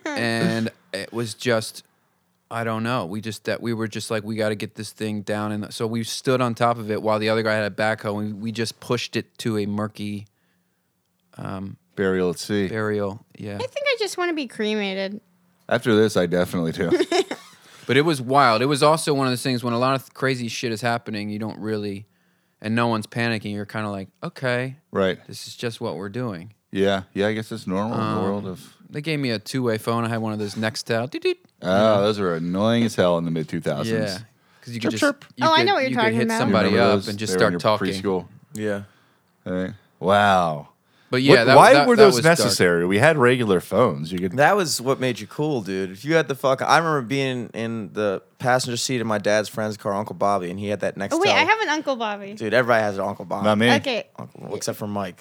S5: and it was just, I don't know. We just that we were just like we got to get this thing down, and so we stood on top of it while the other guy had a backhoe, and we just pushed it to a murky
S1: Burial at sea.
S5: burial. Yeah,
S4: I think I just want to be cremated.
S1: After this, I definitely do.
S5: but it was wild. It was also one of those things when a lot of crazy shit is happening, you don't really, and no one's panicking. You're kind of like, okay,
S1: right.
S5: this is just what we're doing.
S1: Yeah. Yeah. I guess it's normal
S5: Um,
S1: in the world of.
S5: They gave me a two-way phone. I had one of those Nextel. Doot-doot.
S1: Oh, those were annoying as hell in the mid 2000s.
S5: Yeah. Because you
S1: Chirp,
S5: could just
S1: chirp.
S5: you
S4: Oh, I
S5: could-
S4: know what you're
S5: you could
S4: talking
S5: hit
S4: about.
S1: You remember
S5: somebody up
S1: those?
S5: and just
S1: They were in
S5: start
S1: your
S5: talking.
S1: Preschool.
S3: Yeah.
S1: Right. Wow.
S5: But yeah,
S1: What-
S5: that,
S1: why
S5: that-
S1: were
S5: that
S1: those
S5: was dark.
S1: necessary? We had regular phones. You could
S3: That was what made you cool, dude. If you had the fuck, I remember being in the passenger seat of my dad's friend's car, Uncle Bobby, and he had that next.
S4: Oh wait, I have an uncle Bobby.
S3: Dude, everybody has an Uncle Bobby.
S1: not me.
S4: Okay,
S3: Uncle- well, except for Mike.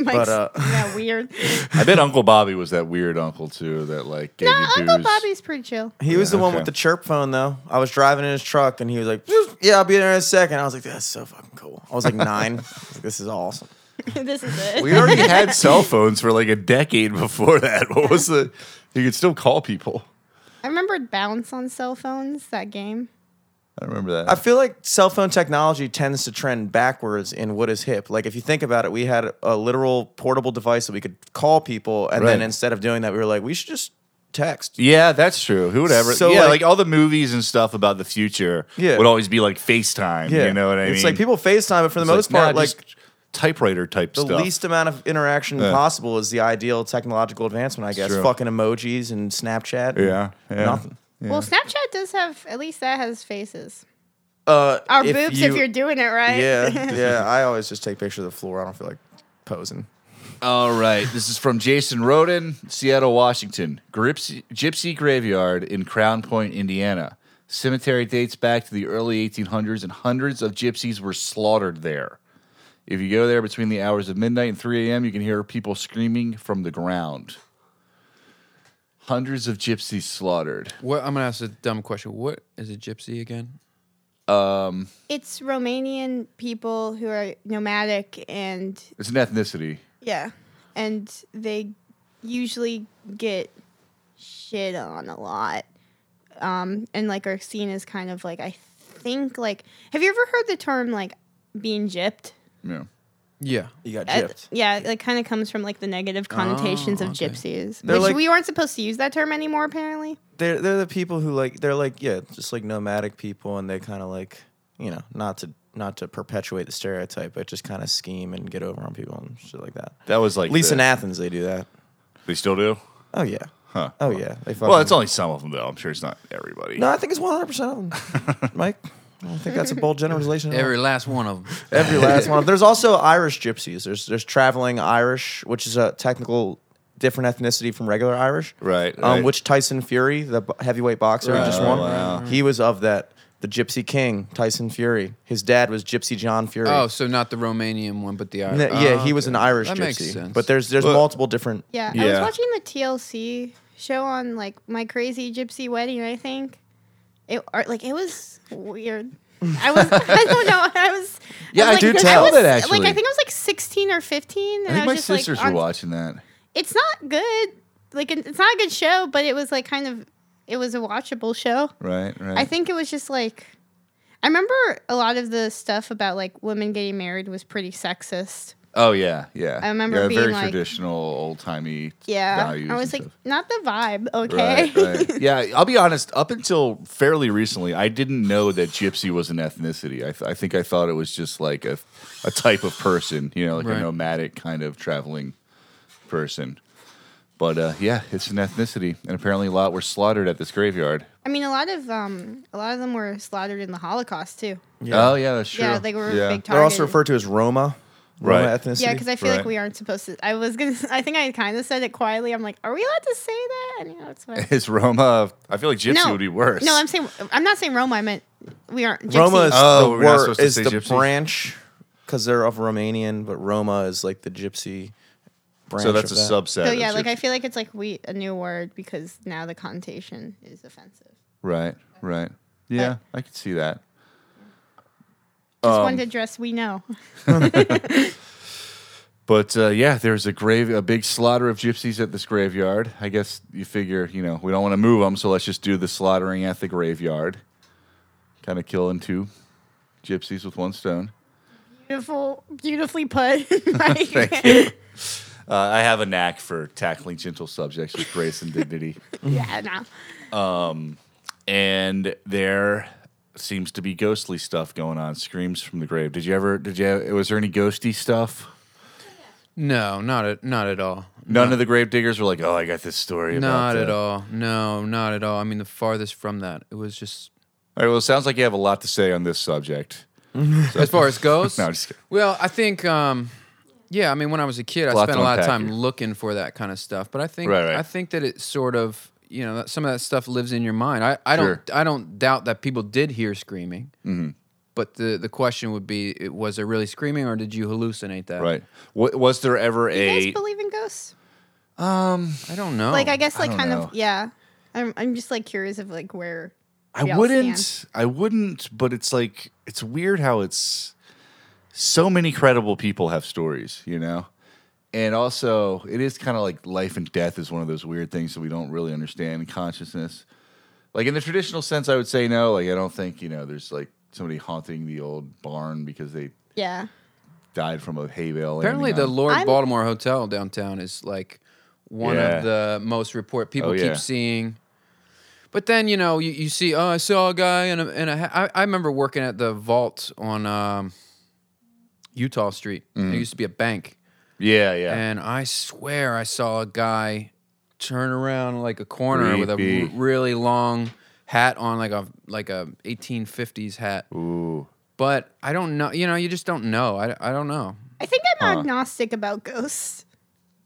S4: Mike's,
S3: uh,
S4: yeah, weird.
S1: I bet Uncle Bobby was that weird uncle too that like gave
S4: no,
S1: you
S4: Uncle
S1: booze.
S4: Bobby's pretty chill.
S3: He was the one
S1: okay.
S3: with the chirp phone, though. I was driving in his truck, and he was like, "Phew, "Yeah, I'll be there in a second. I was like, "That's so fucking cool." I was like nine. I was like, this is awesome.
S4: this is it.
S1: We already had cell phones for like a decade before that. What was the? You could still call people.
S4: I remember Bounce on cell phones, that game.
S1: I remember
S3: I
S1: that.
S3: feel like cell phone technology tends to trend backwards in what is hip. Like if you think about it, we had a literal portable device that we could call people, and then
S1: Right.
S3: instead of doing that, we were like, we should just text.
S1: Yeah, that's true. Who would ever?
S3: So,
S1: yeah, like,
S3: like-
S1: all the movies and stuff about the future
S3: Yeah.
S1: would always be like FaceTime. You know what I mean?
S3: It's like people FaceTime, but for the
S1: It's
S3: most
S1: like,
S3: part,
S1: nah,
S3: like
S1: just typewriter type
S3: the
S1: stuff.
S3: least amount of interaction
S1: Yeah.
S3: possible is the ideal technological advancement, I guess.
S1: true.
S3: Fucking emojis and Snapchat. and
S1: Yeah, yeah.
S3: Nothing.
S4: Well, Snapchat does have, at least that has faces.
S3: Uh,
S4: Our boobs, if you're doing it right.
S3: Yeah, yeah. I always just take pictures of the floor. I don't feel like posing.
S1: All right. This is from Jason Roden, Seattle, Washington. Gypsy, Gypsy Graveyard in Crown Point, Indiana. Cemetery dates back to the early 1800s, and hundreds of gypsies were slaughtered there. If you go there between the hours of midnight and 3 a.m., you can hear people screaming from the ground. Hundreds of gypsies slaughtered.
S5: What I'm gonna ask a dumb question. What is a gypsy again?
S4: It's Romanian people who are nomadic and,
S1: It's an ethnicity.
S4: yeah, and they usually get shit on a lot. Um, and like are seen as kind of like, I think, like, have you ever heard the term like being gypped?
S1: Yeah.
S5: Yeah.
S3: You got
S4: Uh,
S3: gypped. Oh,
S4: yeah, it kind of comes from like the negative connotations of
S5: okay.
S4: gypsies,
S3: They're
S4: which
S3: like-
S4: we weren't supposed to use that term anymore. Apparently,
S3: They're they're the people who like they're like yeah, just like nomadic people, and they kind of like you know not to not to perpetuate the stereotype, but just kind of scheme and get over on people and shit like that.
S1: That was like.
S3: At least
S1: the-
S3: in Athens, they do that.
S1: They still do?
S3: Oh yeah.
S1: Huh.
S3: Oh yeah. They fucking,
S1: Well, it's only some of them, though. I'm sure it's not everybody.
S3: No, I think it's one hundred percent of them, Mike. I don't think that's a bold generalization. at all.
S5: Every last one of them.
S3: Every last one. There's also Irish gypsies. There's there's traveling Irish, which is a technical different ethnicity from regular Irish.
S1: Right,
S3: Um,
S1: right.
S3: Which Tyson Fury, the b- heavyweight boxer, who just
S1: Right,
S3: won.
S1: wow.
S3: He was of that. The Gypsy King, Tyson Fury. His dad was Gypsy John Fury.
S5: Oh, so not the Romanian one, but the Irish.
S3: N- yeah, he was an Irish
S5: That
S3: gypsy.
S5: makes sense.
S3: But there's there's
S1: Well-
S3: multiple different.
S4: yeah, I was
S1: Yeah.
S4: watching the TLC show on like my crazy gypsy wedding. I think it or, like it was weird. I was I don't know. I was
S1: Yeah,
S4: I,
S1: I
S4: was,
S1: do
S4: like,
S1: tell
S4: was,
S1: that,
S4: Like
S1: actually.
S4: I think I was like 16 or 15,
S1: I
S4: and I,
S1: think my
S4: was just
S1: sisters
S4: like,
S1: were
S4: on-
S1: watching that.
S4: it's not good. Like it- it's not a good show, but it was like kind of it was a watchable show.
S1: Right, right.
S4: I think it was just like I remember a lot of the stuff about like women getting married was pretty sexist.
S1: Oh yeah, yeah.
S4: I remember
S1: yeah,
S4: being
S1: very
S4: like-
S1: traditional, old timey.
S4: Yeah.
S1: values
S4: I
S1: and
S4: was like,
S1: stuff.
S4: not the vibe, okay.
S1: Right, right. yeah, I'll be honest. Up until fairly recently, I didn't know that gypsy was an ethnicity. I, th- I think I thought it was just like a, a type of person, you know, like a
S5: Right.
S1: nomadic kind of traveling person. But uh, yeah, it's an ethnicity, and apparently a lot were slaughtered at this graveyard.
S4: I mean a lot of um a lot of them were slaughtered in the Holocaust too.
S1: Oh yeah, that's true.
S4: Yeah, they were
S1: Yeah.
S4: big targets.
S3: They're also referred to as Roma. Roma
S1: Right.
S3: ethnicity.
S4: yeah, because I feel
S1: Right.
S4: like we aren't supposed to. I was gonna. I think I kind of said it quietly. I'm like, are we allowed to say that? And you know, it's fine.
S1: Is Roma? I feel like gypsy
S4: no,
S1: would be worse.
S4: No, I'm saying I'm not saying Roma. I meant we aren't. Gypsies.
S3: Roma is
S1: Oh,
S3: the
S1: we're not
S3: word
S1: supposed to
S3: is
S1: say
S3: the branch
S1: gypsy?
S3: branch because they're of Romanian, but Roma is like the gypsy branch.
S1: so that's a
S3: of that.
S1: subset.
S4: So
S1: of
S4: yeah, like I
S1: gypsy.
S4: feel like it's like we a new word because now the connotation is offensive.
S1: Right, right. Yeah, I could see that.
S4: Just
S1: Um,
S4: one to dress we know.
S1: But uh, yeah, there's a grave, a big slaughter of gypsies at this graveyard. I guess you figure, you know, we don't want to move them, so let's just do the slaughtering at the graveyard. Kind of killing two gypsies with one stone.
S4: Beautiful, beautifully put. Like,
S1: Thank you. Uh, I have a knack for tackling gentle subjects with grace and dignity.
S4: Yeah, no.
S1: and there seems to be ghostly stuff going on. Screams from the grave. Did you ever? Did you? Have, was there any ghosty stuff?
S5: No, not at not at all.
S1: None of the grave diggers were like, "Oh, I got this story." about
S5: Not at
S1: uh,
S5: all. No, not at all. I mean, the farthest from that, it was just
S1: All right. Well, it sounds like you have a lot to say on this subject.
S5: as far as goes.
S1: No, I'm just kidding.
S5: Well, I think, um, yeah, I mean, when I was a kid, I
S1: Lot to
S5: spent a lot of
S1: unpack
S5: time
S1: here.
S5: looking for that kind of stuff. But I think,
S1: Right, right.
S5: I think that it sort of, you know, that some of that stuff lives in your mind. I, I
S1: Sure. Mm-hmm.
S5: don't, I don't doubt that people did hear screaming. But the the question would be, it- was there really screaming, or did you hallucinate that?
S1: Right. What, was there ever
S4: You
S1: a?
S4: guys believe in ghosts?
S5: I don't know.
S4: like I guess, like
S1: Oh, don't
S4: kind
S1: know.
S4: of, yeah. I'm, I'm just like curious of like where.
S1: I
S4: we all
S1: wouldn't.
S4: stand.
S1: I wouldn't. But it's like it's weird how it's. so many credible people have stories, you know? And also, it is kind of like life and death is one of those weird things that we don't really understand in consciousness. Like in the traditional sense, I would say no. Like, I don't think, you know, there's like somebody haunting the old barn because they
S4: Yeah.
S1: died from a hay bale. landing
S5: Apparently, the
S1: on-
S5: Lord
S4: I'm-
S5: Baltimore Hotel downtown is like one
S1: Yeah.
S5: of the most report people
S1: Oh, yeah.
S5: keep seeing. But then you know you, you see oh I saw a guy in a in a ha- I, I remember working at the vault on um, Utah Street. There used to be a bank,
S1: Yeah, Mm. yeah.
S5: and I swear I saw a guy turn around like a corner with a
S1: Creepy.
S5: r- really long hat on, like a like a 1850s hat.
S1: Ooh.
S5: But I don't know. You know, you just don't know. I, I don't know.
S4: I think I'm agnostic about ghosts.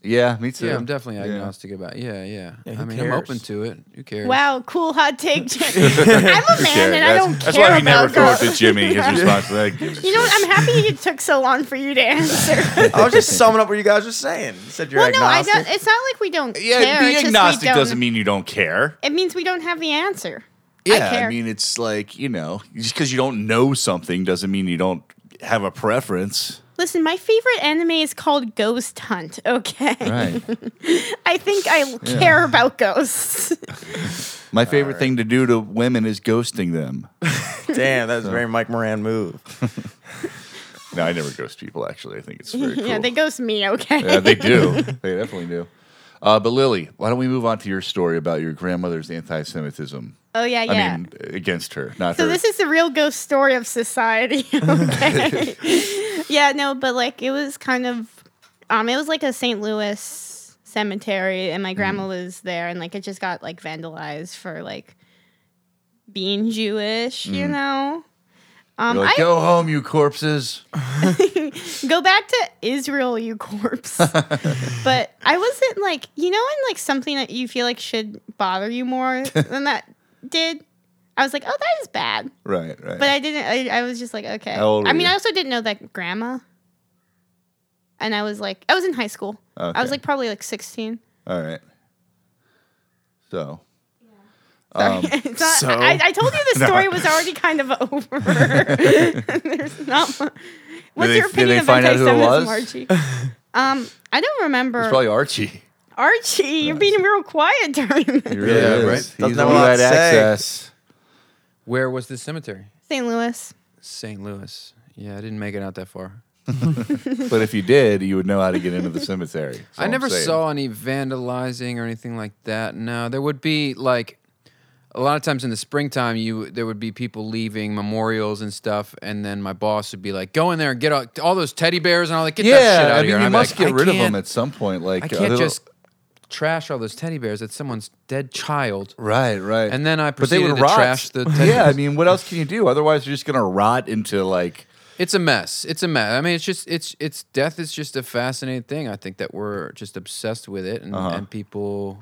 S1: Yeah, me too.
S5: Yeah, I'm definitely
S1: Yeah.
S5: agnostic about. Yeah, yeah.
S3: Yeah, who
S5: I mean, I'm open
S3: cares?
S5: to it. Who cares?
S4: Wow, cool hot take. Jim. I'm a man and I
S1: That's-
S4: don't care
S1: That's why we never
S4: about
S1: throw it to
S4: ghosts.
S1: Jimmy. His response to that gives a
S4: You know what?
S1: shit.
S4: I'm happy it took so long for you to answer.
S3: I was just summing up what you guys were saying. You said you're
S4: well, no, I
S3: agnostic.
S4: don't, it's not like we don't
S1: Yeah,
S4: care. it's
S1: being
S4: just we
S1: agnostic
S4: don't-
S1: doesn't mean you don't care.
S4: It means we don't have the answer.
S1: Yeah, I,
S4: care.
S1: mean, it's like you know, just because you don't know something doesn't mean you don't have a preference.
S4: Listen, my favorite anime is called Ghost Hunt. Okay, I think I care about ghosts.
S1: My favorite thing to do to women is ghosting them.
S3: Damn, that's a very Mike Moran move.
S1: no, I never ghost people. Actually, I think it's very cool.
S4: yeah, they ghost me. Okay,
S1: Yeah, they do. they definitely do. Uh, but Lily, why don't we move on to your story about your grandmother's anti-Semitism?
S4: oh yeah, yeah.
S1: I mean, against her, not
S4: So
S1: her.
S4: this is the real ghost story of society. Okay. yeah, no, but like it was kind of um it was like a St. Louis cemetery and my grandma
S1: Mm-hmm.
S4: was there and like it just got like vandalized for like being Jewish, you know. Um
S1: Mm. You're like,
S4: I
S1: go home, you corpses.
S4: go back to Israel, you corpse. but I wasn't like you know, and like something that you feel like should bother you more than that did. I was like, oh, that is bad.
S1: Right, right.
S4: But I didn't. I, I was just like, okay.
S1: How old were
S4: I mean,
S1: you?
S4: I also didn't know that grandma. And I was like, I was in high school. I
S1: Okay.
S4: was like probably like sixteen.
S1: All right. So
S4: Sorry, it's not,
S3: so-
S4: I, I told you the
S1: No.
S4: story was already kind of over. There's not. Much. What's
S1: they-
S4: your
S1: did
S4: opinion
S1: they
S4: of
S1: find out who it
S4: anti-Semitism,
S1: was?
S4: Archie? um, I don't remember.
S5: Er.
S1: it's probably Archie.
S4: Archie, you're being real quiet during this.
S1: really
S5: Yeah, is. right?
S1: He's
S3: Doesn't
S1: the
S3: have
S1: one
S3: a lot
S1: who had
S3: to say.
S1: access.
S5: Where was this cemetery?
S4: St. Louis.
S5: St. Louis. Yeah, I didn't make it out that far.
S1: But if you did, you would know how to get into the cemetery. That's all
S5: I
S1: I'm
S5: never
S1: saying.
S5: saw any vandalizing or anything like that. No, there would be like a lot of times in the springtime, you there would be people leaving memorials and stuff, and then my boss would be like, "Go in there and get all, all those teddy bears and all that. Get
S1: Yeah,
S5: that shit
S1: I
S5: out of
S1: mean,
S5: here."
S1: you
S5: And I'd be
S1: must
S5: like,
S1: get
S5: "I
S1: rid of
S5: can't-
S1: them at some point. Like
S5: I
S1: a
S5: can't
S1: little-
S5: just trash all those teddy bears. That's someone's dead child.
S1: right, right.
S5: And then I
S1: But they
S5: proceeded
S1: would
S5: to
S1: rot.
S5: trash the teddy
S1: yeah, I
S5: bears.
S1: mean, what else can you do? Otherwise, you're just gonna rot into like.
S5: It's a mess. It's a mess. I mean, it's just it's it's death is just a fascinating thing. I think that we're just obsessed with it, and, and people,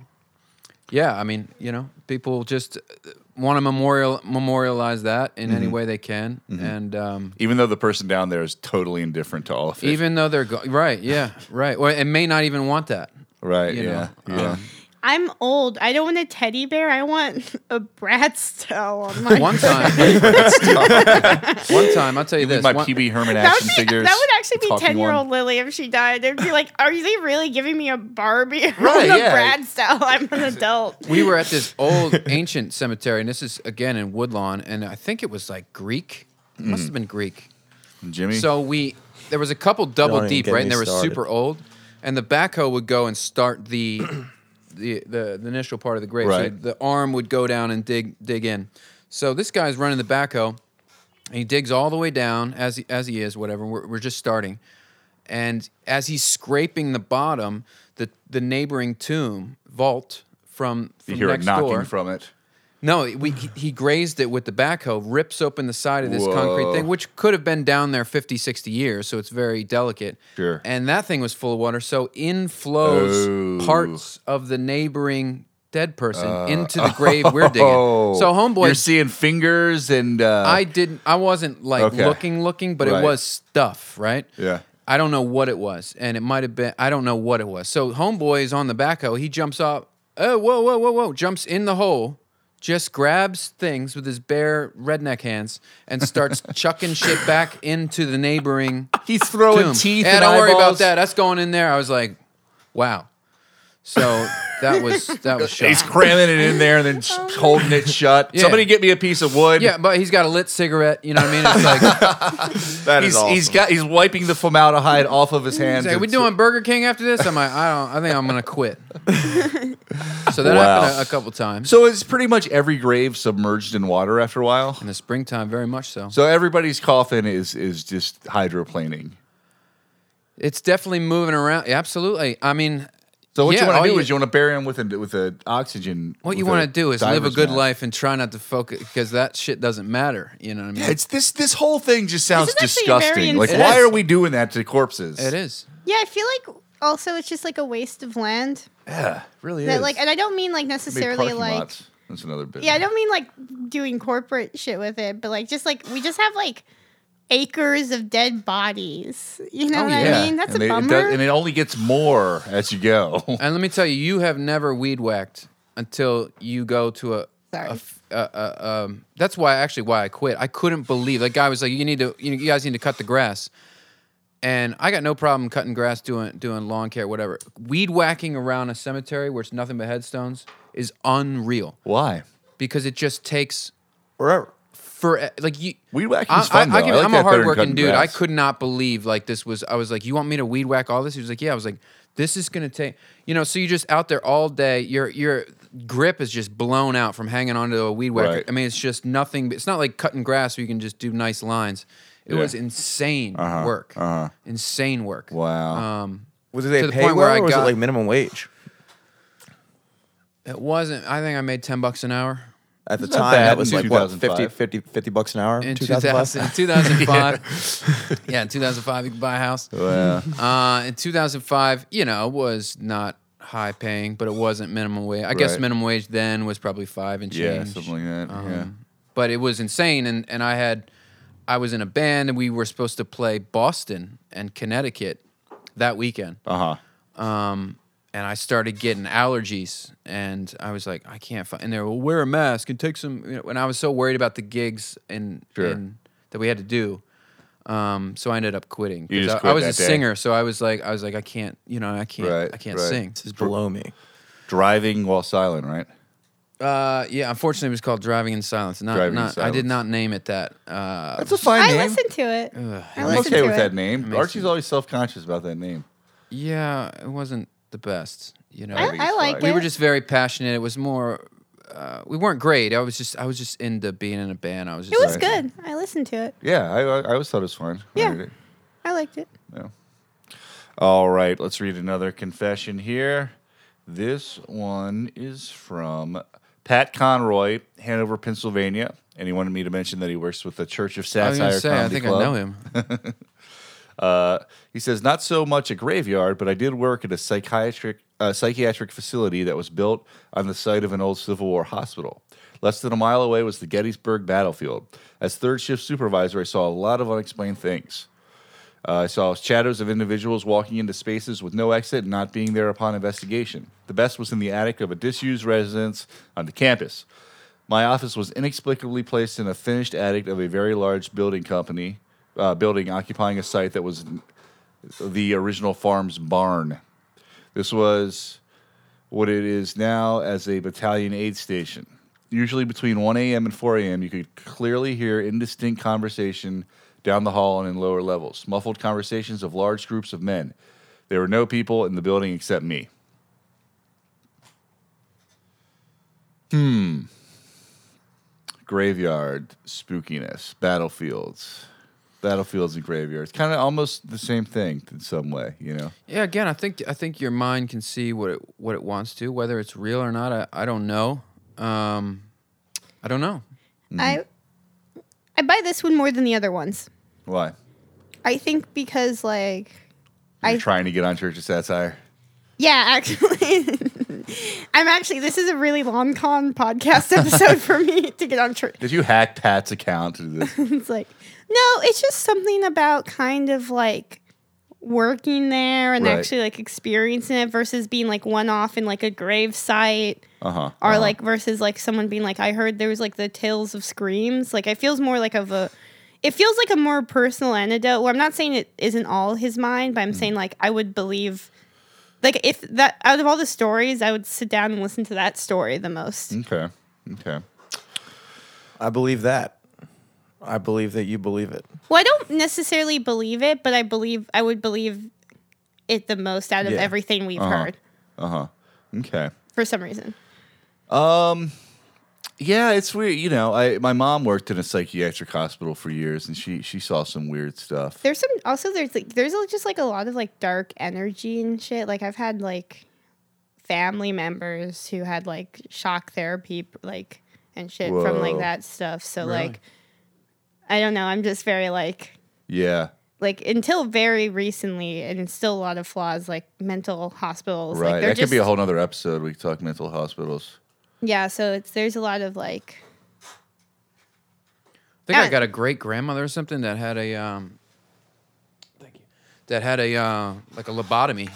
S5: yeah. I mean, you know, people just want to memorial memorialize that in any way they can, and um,
S1: Even though the person down there is totally indifferent to all of it.
S5: even though they're go- right, yeah, right, or it may not even want that.
S1: right,
S5: you
S1: yeah,
S5: know,
S1: yeah.
S5: um,
S4: I'm old. I don't want a teddy bear. I want a Bratz doll on my.
S5: One time, one time, I'll tell you
S1: Leave
S5: this.
S1: my
S5: one-
S1: PB Herman
S4: That
S1: action
S4: would, be,
S1: figures.
S4: that would actually be
S1: talking
S4: 10 year
S1: one.
S4: old Lily if she died. They'd be like, Are they really giving me a Barbie? Or
S1: Right,
S4: a
S1: yeah.
S4: Brad style. I'm an adult.
S5: we were at this old ancient cemetery, and this is again in Woodlawn, and I think it was like Greek. It must have been Greek.
S1: Jimmy.
S5: So we there was a couple double
S3: even
S5: deep,
S3: get
S5: right? And
S3: me
S5: they were
S3: started.
S5: super old, and the backhoe would go and start the the the, the initial part of the grave. So
S1: Right.
S5: the arm would go down and dig dig in. So this guy's running the backhoe, and he digs all the way down as he, as he is. Whatever. We're, we're just starting, and as he's scraping the bottom, the the neighboring tomb vault from, from
S1: you hear a
S5: next
S1: knocking
S5: door.
S1: from it.
S5: No, we, he, he grazed it with the backhoe, rips open the side of this concrete
S1: Whoa.
S5: thing, which could have been down there 50, 60 years, so it's very delicate.
S1: Sure.
S5: And that thing was full of water, so in flows
S1: Oh. Uh.
S5: parts of the neighboring dead person into the grave we're digging. So,
S1: Oh. you're
S5: homeboy,
S1: seeing fingers and uh,
S5: I didn't, I wasn't like
S1: Okay.
S5: looking, looking, but
S1: Right.
S5: it was stuff, right?
S1: Yeah.
S5: I don't know what it was, and it might have been, I don't know what it was. So, homeboy is on the backhoe, he jumps up, oh, whoa, whoa, whoa, whoa, jumps in the hole. just grabs things with his bare redneck hands and starts chucking shit back into the neighboring
S1: He's throwing
S5: tomb.
S1: teeth.
S5: Yeah,
S1: and
S5: don't worry about
S1: eyeballs.
S5: that. That's going in there. I was like, wow. So that was that was shocking.
S1: He's cramming it in there and then just holding it shut.
S5: Yeah.
S1: Somebody get me a piece of wood.
S5: yeah, but he's got a lit cigarette. You know what I mean? It's like,
S3: That
S1: he's,
S3: is awesome.
S1: he's got he's wiping the formaldehyde off of his
S5: he's
S1: hands.
S5: like, we
S1: It's-
S5: doing Burger King after this? I'm like, I don't. I think I'm gonna quit. So that
S1: Wow.
S5: happened a, a couple times
S1: So it's pretty much every grave submerged in water after a while.
S5: in the springtime, very much so.
S1: So everybody's coffin is is just hydroplaning.
S5: It's definitely moving around. Yeah, absolutely. I mean,
S1: So what
S5: Yeah,
S1: you want
S5: all
S1: to do
S5: you-
S1: is you want to bury him with a with a oxygen.
S5: what you
S1: with
S5: want to do is live a
S1: diver's
S5: good
S1: mask.
S5: life and try not to focus because that shit doesn't matter. You know what I mean?
S1: Yeah, it's this this whole thing just sounds
S4: This is actually very
S1: disgusting. Like
S4: insane.
S1: why
S5: It is.
S1: are we doing that to corpses?
S5: it is.
S4: Yeah, I feel like also it's just like a waste of land.
S1: really
S4: That
S1: is.
S4: like, and I don't mean like
S1: Big
S4: necessarily
S1: parking
S4: like.
S1: lots. That's another bit.
S4: Yeah, I don't mean like doing corporate shit with it, but like just like we just have like acres of dead bodies. You know
S5: Oh,
S4: what
S5: yeah.
S4: I mean? That's
S1: and they-
S4: a
S1: it does-
S4: bummer.
S1: and it only gets more as you go.
S5: And let me tell you, you have never weed whacked until you go to a.
S4: Sorry.
S5: a
S1: uh,
S5: f- a- a- um, that's why actually why I quit. I couldn't believe that guy was like, "You need to, you, you guys need to cut the grass," and I got no problem cutting grass, doing doing lawn care, whatever. Weed whacking around a cemetery where it's nothing but headstones is unreal
S1: why?
S5: because it just takes
S3: Forever.
S5: for eh, like you.
S1: Weed whacking's fun, though. I like that
S5: am a
S1: better than
S5: hardworking
S1: cutting
S5: dude. I
S1: grass.
S5: could not believe like this was. I was like, you want me to weed whack all this? He was like, yeah. I was like, this is gonna take. You know, so you're just out there all day. Your your grip is just blown out from hanging onto a weed whacker.
S1: Right.
S5: I mean, it's just nothing. It's not like cutting grass where you can just do nice lines. It
S1: Yeah. Uh-huh.
S5: was insane work. Insane work.
S1: Wow.
S5: Um,
S3: Was it they
S5: to the
S3: pay
S5: point where
S3: well,
S5: I
S3: or was it
S5: got-
S3: like minimum wage
S5: it wasn't. I think I made ten bucks an hour
S3: at the
S1: It's not
S3: time?
S1: bad
S3: That was
S1: in
S3: like what 50,
S1: 2005.
S3: 50, 50 bucks an hour.
S5: in
S3: 2005?
S5: 2000, in 2005. yeah, in 2005 you could buy a house.
S1: Yeah.
S5: Uh, in 2005, you know, it was not high paying, but it wasn't minimum wage. I guess
S1: Right.
S5: minimum wage then was probably five and change. Um,
S1: Yeah, something like that, yeah.
S5: But it was insane, and and I had, I was in a band, and we were supposed to play Boston and Connecticut that weekend
S1: Uh huh.
S5: um, and I started getting allergies, and I was like, I can't find. And they were well, wear a mask and take some. You know, and I was so worried about the gigs and,
S1: Sure.
S5: and that we had to do. Um, so I ended up quitting.
S1: You
S5: 'Cause
S1: just
S5: I,
S1: quit
S5: I was
S1: that
S5: a
S1: day.
S5: singer, so I was like, I was like, I can't. You know, I can't.
S1: Right,
S5: I can't
S1: right.
S5: sing.
S3: This is below me.
S1: Driving while silent, right?
S5: Uh, yeah, unfortunately, it was called Driving in Silence. Not,
S1: Driving in
S5: not. I did
S1: Silence.
S5: not name it that. Uh,
S1: That's a fine
S4: I
S1: name.
S4: listened to it. I
S1: I'm
S4: listened
S1: okay
S4: to
S1: with
S4: it.
S1: that name.
S5: Amazing.
S1: Archie's always self conscious about that name.
S5: yeah, it wasn't the best. You know,
S4: I,
S1: think
S4: I
S1: it's
S4: like
S1: fine.
S4: it.
S5: we were just very passionate. It was more. Uh, we weren't great. I was just. I was just into being in a band. I was.
S4: It
S5: Just
S4: was
S1: Right.
S4: good. I listened to it.
S1: Yeah, I, I I always thought it was fine. I
S4: Yeah.
S1: heard it.
S4: I liked it.
S1: Yeah. All right, let's read another confession here. This one is from Pat Conroy, Hanover, Pennsylvania. And he wanted me to mention that he works with the Church of
S5: I was
S1: Satire
S5: gonna say. I
S1: Comedy
S5: think
S1: Club.
S5: I know him.
S1: Uh, he says, not so much a graveyard, but I did work at a psychiatric uh, psychiatric facility that was built on the site of an old Civil War hospital. Less than a mile away was the Gettysburg battlefield. As third shift supervisor, I saw a lot of unexplained things. Uh, I saw shadows of individuals walking into spaces with no exit, not being there upon investigation. The best was in the attic of a disused residence on the campus. My office was inexplicably placed in a finished attic of a very large building company, uh, building occupying a site that was the original farm's barn. This was what it is now as a battalion aid station. Usually between 1 a.m. and 4 a.m., you could clearly hear indistinct conversation down the hall and in lower levels, muffled conversations of large groups of men. There were no people in the building except me. Hmm. Graveyard, spookiness, battlefields. Battlefields and graveyards. Kind of almost the same thing in some way, you know?
S5: Yeah, again, I think I think your mind can see what it what it wants to, whether it's real or not. I, I don't know. Um, I don't know.
S4: I I buy this one more than the other ones.
S1: Why?
S4: I think because like
S1: You're
S4: I-
S1: trying to get on Church of Satire.
S4: yeah, actually I'm actually this is a really long con podcast episode for me to get on track.
S1: Did you hack Pat's account to do this?
S4: It's like no, it's just something about kind of like working there and
S1: Right.
S4: actually like experiencing it versus being like one off in like a grave site
S1: Uh huh.
S4: or like versus like someone being like I heard there was like the tales of screams. Like it feels more like of a it feels like a more personal anecdote where I'm not saying it isn't all his mind, but I'm saying like I would believe like if that out of all the stories, I would sit down and listen to that story the most.
S1: Okay. Okay.
S3: I believe that. I believe that you believe it.
S4: Well, I don't necessarily believe it, but I believe I would believe it the most out of
S3: Yeah.
S4: everything we've heard
S1: Okay.
S4: for some reason.
S1: Yeah, it's weird. You know, I my mom worked in a psychiatric hospital for years, and she she saw some weird stuff.
S4: There's some also there's like there's just like a lot of like dark energy and shit. Like I've had like family members who had like shock therapy like and shit from like
S1: Whoa.
S4: that stuff. So
S5: Really?
S4: like I don't know, I'm just very like
S1: yeah,
S4: like until very recently and still a lot of flaws like mental hospitals
S1: right.
S4: like
S1: that
S4: just
S1: could be a whole nother episode. We could talk mental hospitals.
S4: yeah so it's there's a lot of like
S5: I think I
S4: And-
S5: got a great grandmother or something that had a um, thank you, that had a uh, like a lobotomy.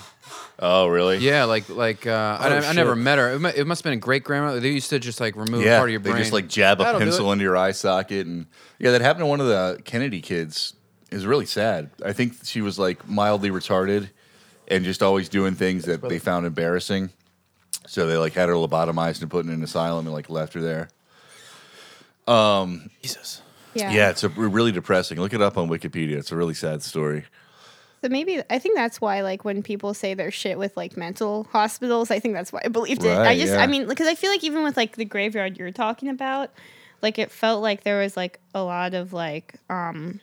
S1: Oh, really?
S5: Yeah, like like uh, I,
S3: Oh,
S5: I never
S3: shit.
S5: met her. It, mu- it must have been a great grandmother. They used to just like remove
S1: Yeah,
S5: part of your brain.
S1: they just like jab a
S5: That'll do
S1: pencil
S5: it.
S1: into your eye socket, and yeah, that happened to one of the Kennedy kids. Is really sad. I think she was like mildly retarded, and just always doing things that they found embarrassing. So they like had her lobotomized and put in an asylum, and like left her there. Um,
S3: Jesus.
S4: yeah
S1: Yeah, it's a, really depressing. Look it up on Wikipedia. It's a really sad story.
S4: So maybe I think that's why, like, when people say their shit with like mental hospitals, I think that's why I believed it. I
S1: Right,
S4: just,
S1: yeah.
S4: I mean, because I feel like even with like the graveyard you're talking about, like it felt like there was like a lot of like, um,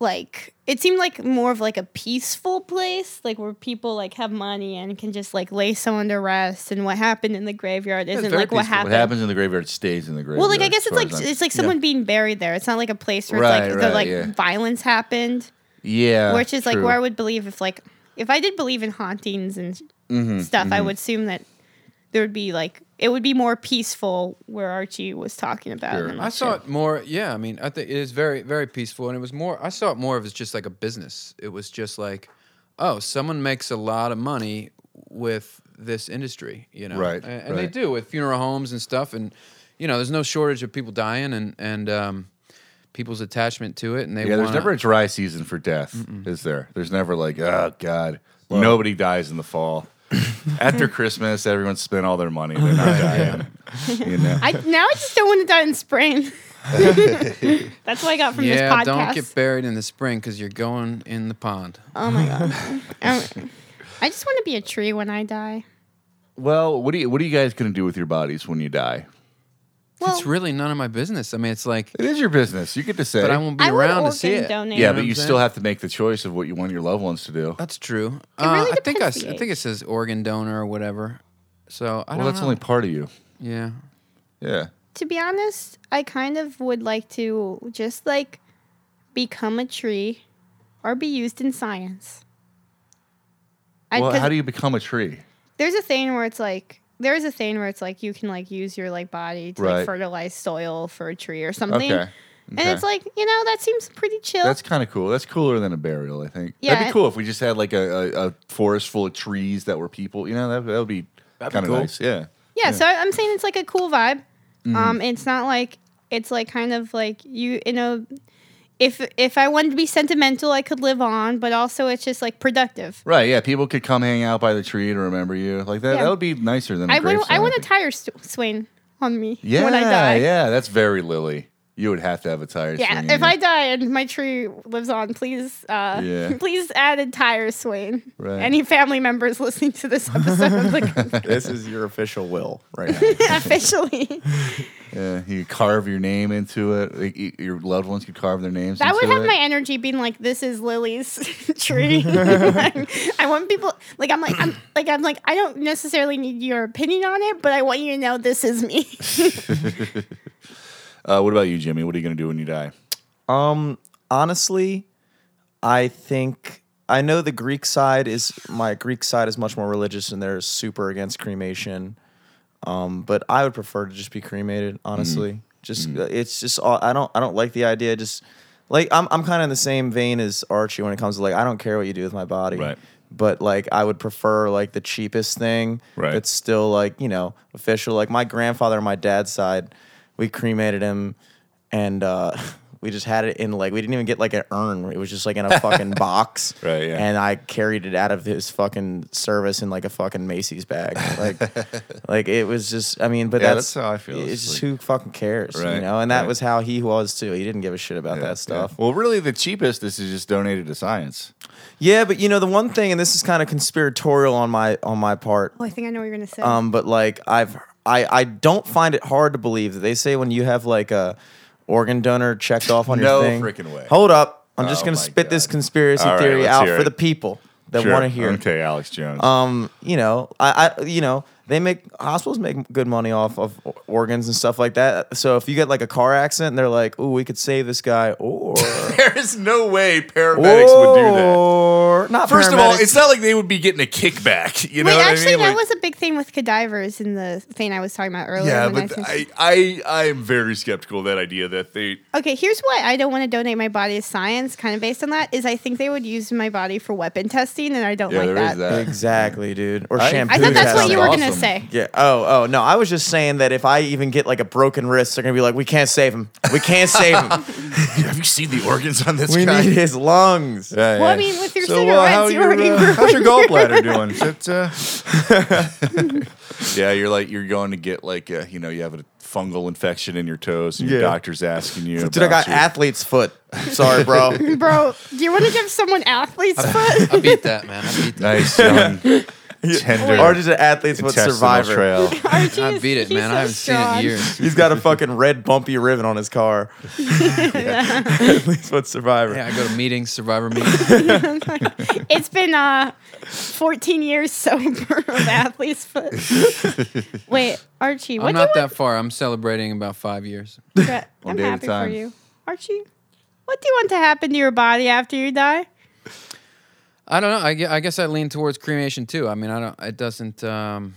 S4: like it seemed like more of like a peaceful place, like where people like have money and can just like lay someone to rest, and what happened in the graveyard isn't
S5: very
S4: like what
S5: peaceful.
S4: happened.
S1: What happens in the graveyard stays in the graveyard.
S4: Well, like I
S1: as
S4: guess it's
S1: far
S4: like
S1: as I'm-
S4: it's like someone being buried there. It's not like a place where it's
S1: Right,
S4: like the
S1: right,
S4: like
S1: yeah.
S4: violence happened
S1: yeah,
S4: which is like
S1: true.
S4: where I would believe if like if I did believe in hauntings and
S1: Mm-hmm,
S4: stuff, I would assume that there would be like it would be more peaceful where Archie was talking about.
S1: Sure.
S4: and
S5: I
S4: that
S5: saw
S4: shit.
S5: it more. Yeah, I mean, I think it is very very peaceful, and it was more. I saw it more of as just like a business. It was just like, oh, someone makes a lot of money with this industry, you know,
S1: Right,
S5: A- And, they
S1: right.
S5: do with funeral homes and stuff, and you know, there's no shortage of people dying and and um, people's attachment to it, and they
S1: yeah. There's
S5: wanna-
S1: never a dry season for death, is there? There's never like oh god, nobody dies in the fall. After Christmas, everyone spent all their money. They're not dying. You know?
S4: I now I just don't want to die in spring. That's what I got from this
S5: yeah,
S4: podcast.
S5: don't get buried in the spring because you're going in the pond.
S4: oh my god! I'm- I just want to be a tree when I die.
S1: well, what do you what are you guys gonna do with your bodies when you die?
S4: Well,
S5: it's really none of my business. I mean, it's like,
S1: It is your business. You get to say.
S5: but I won't be
S4: I would
S5: around to see
S4: organ
S5: it.
S4: donate.
S1: yeah,
S5: know
S1: but
S5: what
S1: you
S5: I'm
S1: still
S5: saying?
S1: have to make the choice of what you want your loved ones to do.
S5: That's true.
S4: really
S5: uh, I think I,
S4: depends
S5: s-
S4: the
S5: I think it
S4: age.
S5: says organ donor or whatever. So I
S1: Well,
S5: don't
S1: that's
S5: know.
S1: only part of you.
S5: yeah.
S1: Yeah.
S4: to be honest, I kind of would like to just like become a tree or be used in science. I,
S1: Well,
S4: 'cause
S1: how do you become a tree?
S4: there's a thing where it's like there's a thing where it's like you can like use your like body to
S1: Right.
S4: like fertilize soil for a tree or something.
S1: Okay.
S4: And
S1: Okay.
S4: it's like, you know, that seems pretty chill.
S1: That's kind of cool. That's cooler than a burial, I think.
S4: Yeah,
S1: That'd be
S4: it-
S1: cool if we just had like a, a, a forest full of trees that were people. You know, that, that would be
S3: That'd be
S1: kind of
S3: cool.
S1: nice. Yeah. Mm-hmm.
S4: yeah, so I- I'm saying it's like a cool vibe. Um it's not like it's like kind of like you you know if if I wanted to be sentimental, I could live on, but also it's just like productive.
S1: Right. Yeah. People could come hang out by the tree to remember you. Like that.
S4: Yeah.
S1: That would be nicer than a
S4: I
S1: gravestone,
S4: want I want a
S1: think.
S4: tire st- swing on me
S1: Yeah.
S4: when I die.
S1: Yeah. That's very Lily. You would have to have a tire.
S4: Yeah,
S1: swing in
S4: if
S1: you.
S4: I die and my tree lives on, please, uh,
S1: Yeah.
S4: please add a tire swing.
S1: Right.
S4: Any family members listening to this episode, I'm like,
S3: this is your official will right now.
S4: officially,
S1: Yeah, you could carve your name into it. Like, y- Your loved ones could carve their names.
S4: that would
S1: into
S4: have
S1: it.
S4: my energy being like, "This is Lily's tree." I want people like I'm like I'm like I'm like I don't necessarily need your opinion on it, but I want you to know this is me.
S1: Uh, what about you, Jimmy? What are you going to do when you die?
S3: Um, honestly, I think I know the Greek side is my Greek side is much more religious, and they're super against cremation. Um, but I uh, would prefer to just be cremated, honestly. Just it's just all- I don't I don't like the idea. Just Like I'm I'm kind of in the same vein as Archie when it comes to like I don't care what you do with my body.
S1: Right.
S3: But like I would prefer like the cheapest thing
S1: Right.
S3: that's still like, you know, official. Like my grandfather on my dad's side, we cremated him and uh we just had it in like we didn't even get like an urn. It was just like in a fucking box.
S1: Right, yeah.
S3: And I carried it out of his fucking service in like a fucking Macy's bag. Like like it was just I mean, but
S1: Yeah,
S3: that's,
S1: that's how I feel.
S3: It's
S1: It's
S3: just
S1: like-
S3: who fucking cares, you
S1: Right,
S3: know? And that
S1: right.
S3: was how he was too. He didn't give a shit about
S1: Yeah,
S3: that stuff.
S1: yeah. Well, really, the cheapest this is just donated to science.
S3: Yeah, but you know the one thing, and this is kind of conspiratorial on my on my part.
S4: Oh, I think I know what you're gonna say.
S3: Um, but like I've I I don't find it hard to believe that they say when you have like a organ donor checked off on
S1: No
S3: your thing.
S1: frickin' way.
S3: Hold up, I'm just
S1: Oh
S3: gonna
S1: my
S3: spit this
S1: God.
S3: conspiracy
S1: All right,
S3: theory
S1: let's
S3: out
S1: hear
S3: for
S1: it.
S3: the people that
S1: Sure.
S3: want to hear. it.
S1: Okay, Alex Jones.
S3: Um, you know, I, I you know they make hospitals make good money off of o- organs and stuff like that. So if you get like a car accident, and they're like, "Ooh, we could save this guy," or
S1: there is no way paramedics would do that.
S3: Or not.
S1: First of all,
S3: paramedics.
S1: it's not like they would be getting a kickback. You know
S4: Wait,
S1: what
S4: actually,
S1: I mean?
S4: that
S1: Like-
S4: was a big thing with cadavers in the thing I was talking about earlier.
S1: yeah,
S4: when
S1: but
S4: was-
S1: I, I I am very skeptical of that idea that they
S4: okay, here's why I don't want to donate my body to science. Kind of based on that is I think they would use my body for weapon testing, and I don't like that.
S3: exactly, dude. Or
S1: I-
S3: shampoo.
S4: I thought that's what
S3: testing.
S4: you were gonna
S1: Awesome.
S4: say.
S3: Yeah. Oh, oh no. I was just saying that if I even get like a broken wrist, they're gonna be like, "We can't save him. We can't save him.
S1: Have you seen the organs on this
S3: we
S1: guy?
S3: need his lungs."
S1: Yeah,
S4: Well, I
S1: yeah.
S4: mean, with your
S1: So, uh,
S4: cigarettes,
S1: how
S4: you
S1: your,
S4: already
S1: uh,
S4: ruined
S1: how's your gallbladder doing? Is it, uh... yeah, you're like you're going to get like uh, you know you have a fungal infection in your toes, and your
S3: Yeah.
S1: doctor's asking you.
S3: Dude, I
S1: about
S3: got
S1: your-
S3: athlete's foot. Sorry, bro.
S4: Bro, do you want to give someone athlete's foot?
S5: I beat that, man. I beat that.
S1: nice young tender
S3: or just an athlete's foot
S1: intestinal
S3: survivor.
S1: trail.
S4: Archie
S5: I
S4: is-
S5: beat it,
S4: he's
S5: man.
S4: so
S5: I haven't seen
S4: strong.
S5: it in years.
S3: He's got a fucking red bumpy ribbon on his car. athlete's foot survivor.
S5: Yeah, I go to meetings, survivor meetings.
S4: It's been uh, 14 years sober of athlete's foot. Wait, Archie, what
S5: I'm
S4: do you
S5: not
S4: want?
S5: that far. I'm celebrating about five years.
S4: That
S1: One
S4: I'm
S1: day at a
S4: happy for
S1: time.
S4: you, Archie. What do you want to happen to your body after you die?
S5: I don't know. I, gue- I guess I lean towards cremation too. I mean, I don't. It doesn't. Um,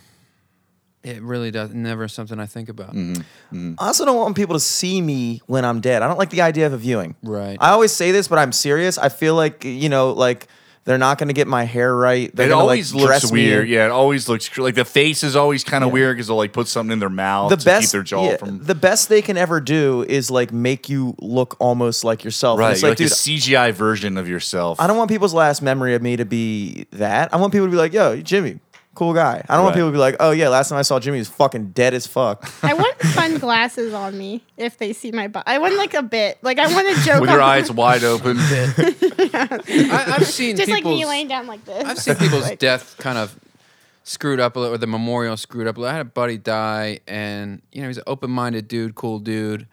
S5: it really does. Never something I think about.
S1: Mm-hmm.
S3: I also don't want people to see me when I'm dead. I don't like the idea of a viewing.
S5: Right.
S3: I always say this, but I'm serious. I feel like you know, like they're not going to get my hair right. They're
S1: It
S3: gonna,
S1: always
S3: like,
S1: looks
S3: dress me
S1: weird.
S3: in-
S1: Yeah, it always looks cr- like the face is always kind of 'cause weird because they'll like put something in their mouth
S3: The
S1: to
S3: best,
S1: keep their jaw
S3: yeah,
S1: from.
S3: the best they can ever do is like make you look almost like yourself. And
S1: Right,
S3: It's
S1: you're
S3: like,
S1: like, a
S3: dude,
S1: CGI version of yourself.
S3: I don't want people's last memory of me to be that. I want people to be like, yo, Jimmy, cool guy. I don't want
S1: Right.
S3: people to be like, oh yeah, last time I saw Jimmy, he was fucking dead as fuck.
S4: I want fun glasses on me if they see my body. I want like a bit. Like I want a joke
S1: with your
S4: on-
S1: eyes wide open.
S5: I, I've seen
S4: just like me
S5: people's-
S4: laying down like this.
S5: I've seen people's death kind of screwed up a little, or the memorial screwed up a little. I had a buddy die, and you know he's an open-minded dude, cool dude,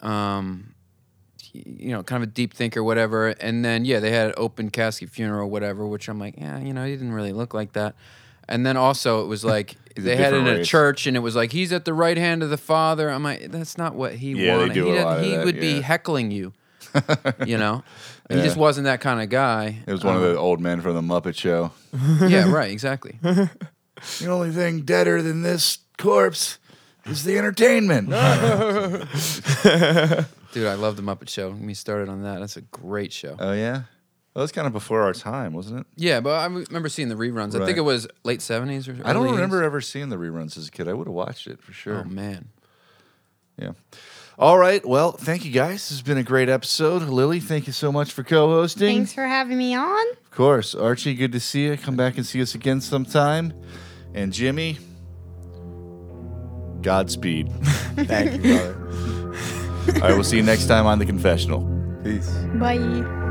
S5: um, y- you know, kind of a deep thinker, whatever. And then yeah, they had an open casket funeral, whatever. Which I'm like, yeah, you know, he didn't really look like that. And then also it was like
S1: a
S5: they had it in
S1: different
S5: a
S1: race.
S5: church, and it was like he's at the right hand of the Father. I'm like, that's not what he
S1: Yeah, they
S5: wanted.
S1: do
S5: he
S1: a
S5: didn't-
S1: lot of
S5: he
S1: that,
S5: would
S1: yeah.
S5: be heckling you. you know, he just wasn't that kind of guy.
S1: It was one of the old men from the Muppet Show.
S5: yeah, right, exactly.
S1: The only thing deader than this corpse is the entertainment.
S5: Dude, I love the Muppet Show. Let me started on that. That's a great show.
S1: Oh yeah, that was kind of before our time, wasn't it?
S5: yeah, but I remember seeing the reruns. I
S1: Right.
S5: think it was late seventies or.
S1: I don't
S5: early 80s.
S1: remember ever seeing the reruns as a kid. I would have watched it for sure.
S5: Oh man,
S1: Yeah. All right. Well, thank you guys. This has been a great episode. Lily, thank you so much for co-hosting.
S4: Thanks for having me on.
S1: Of course, Archie. Good to see you. Come back and see us again sometime. And Jimmy, Godspeed.
S3: Thank you, brother.
S1: All right. We'll see you next time on the confessional.
S3: Peace.
S4: Bye.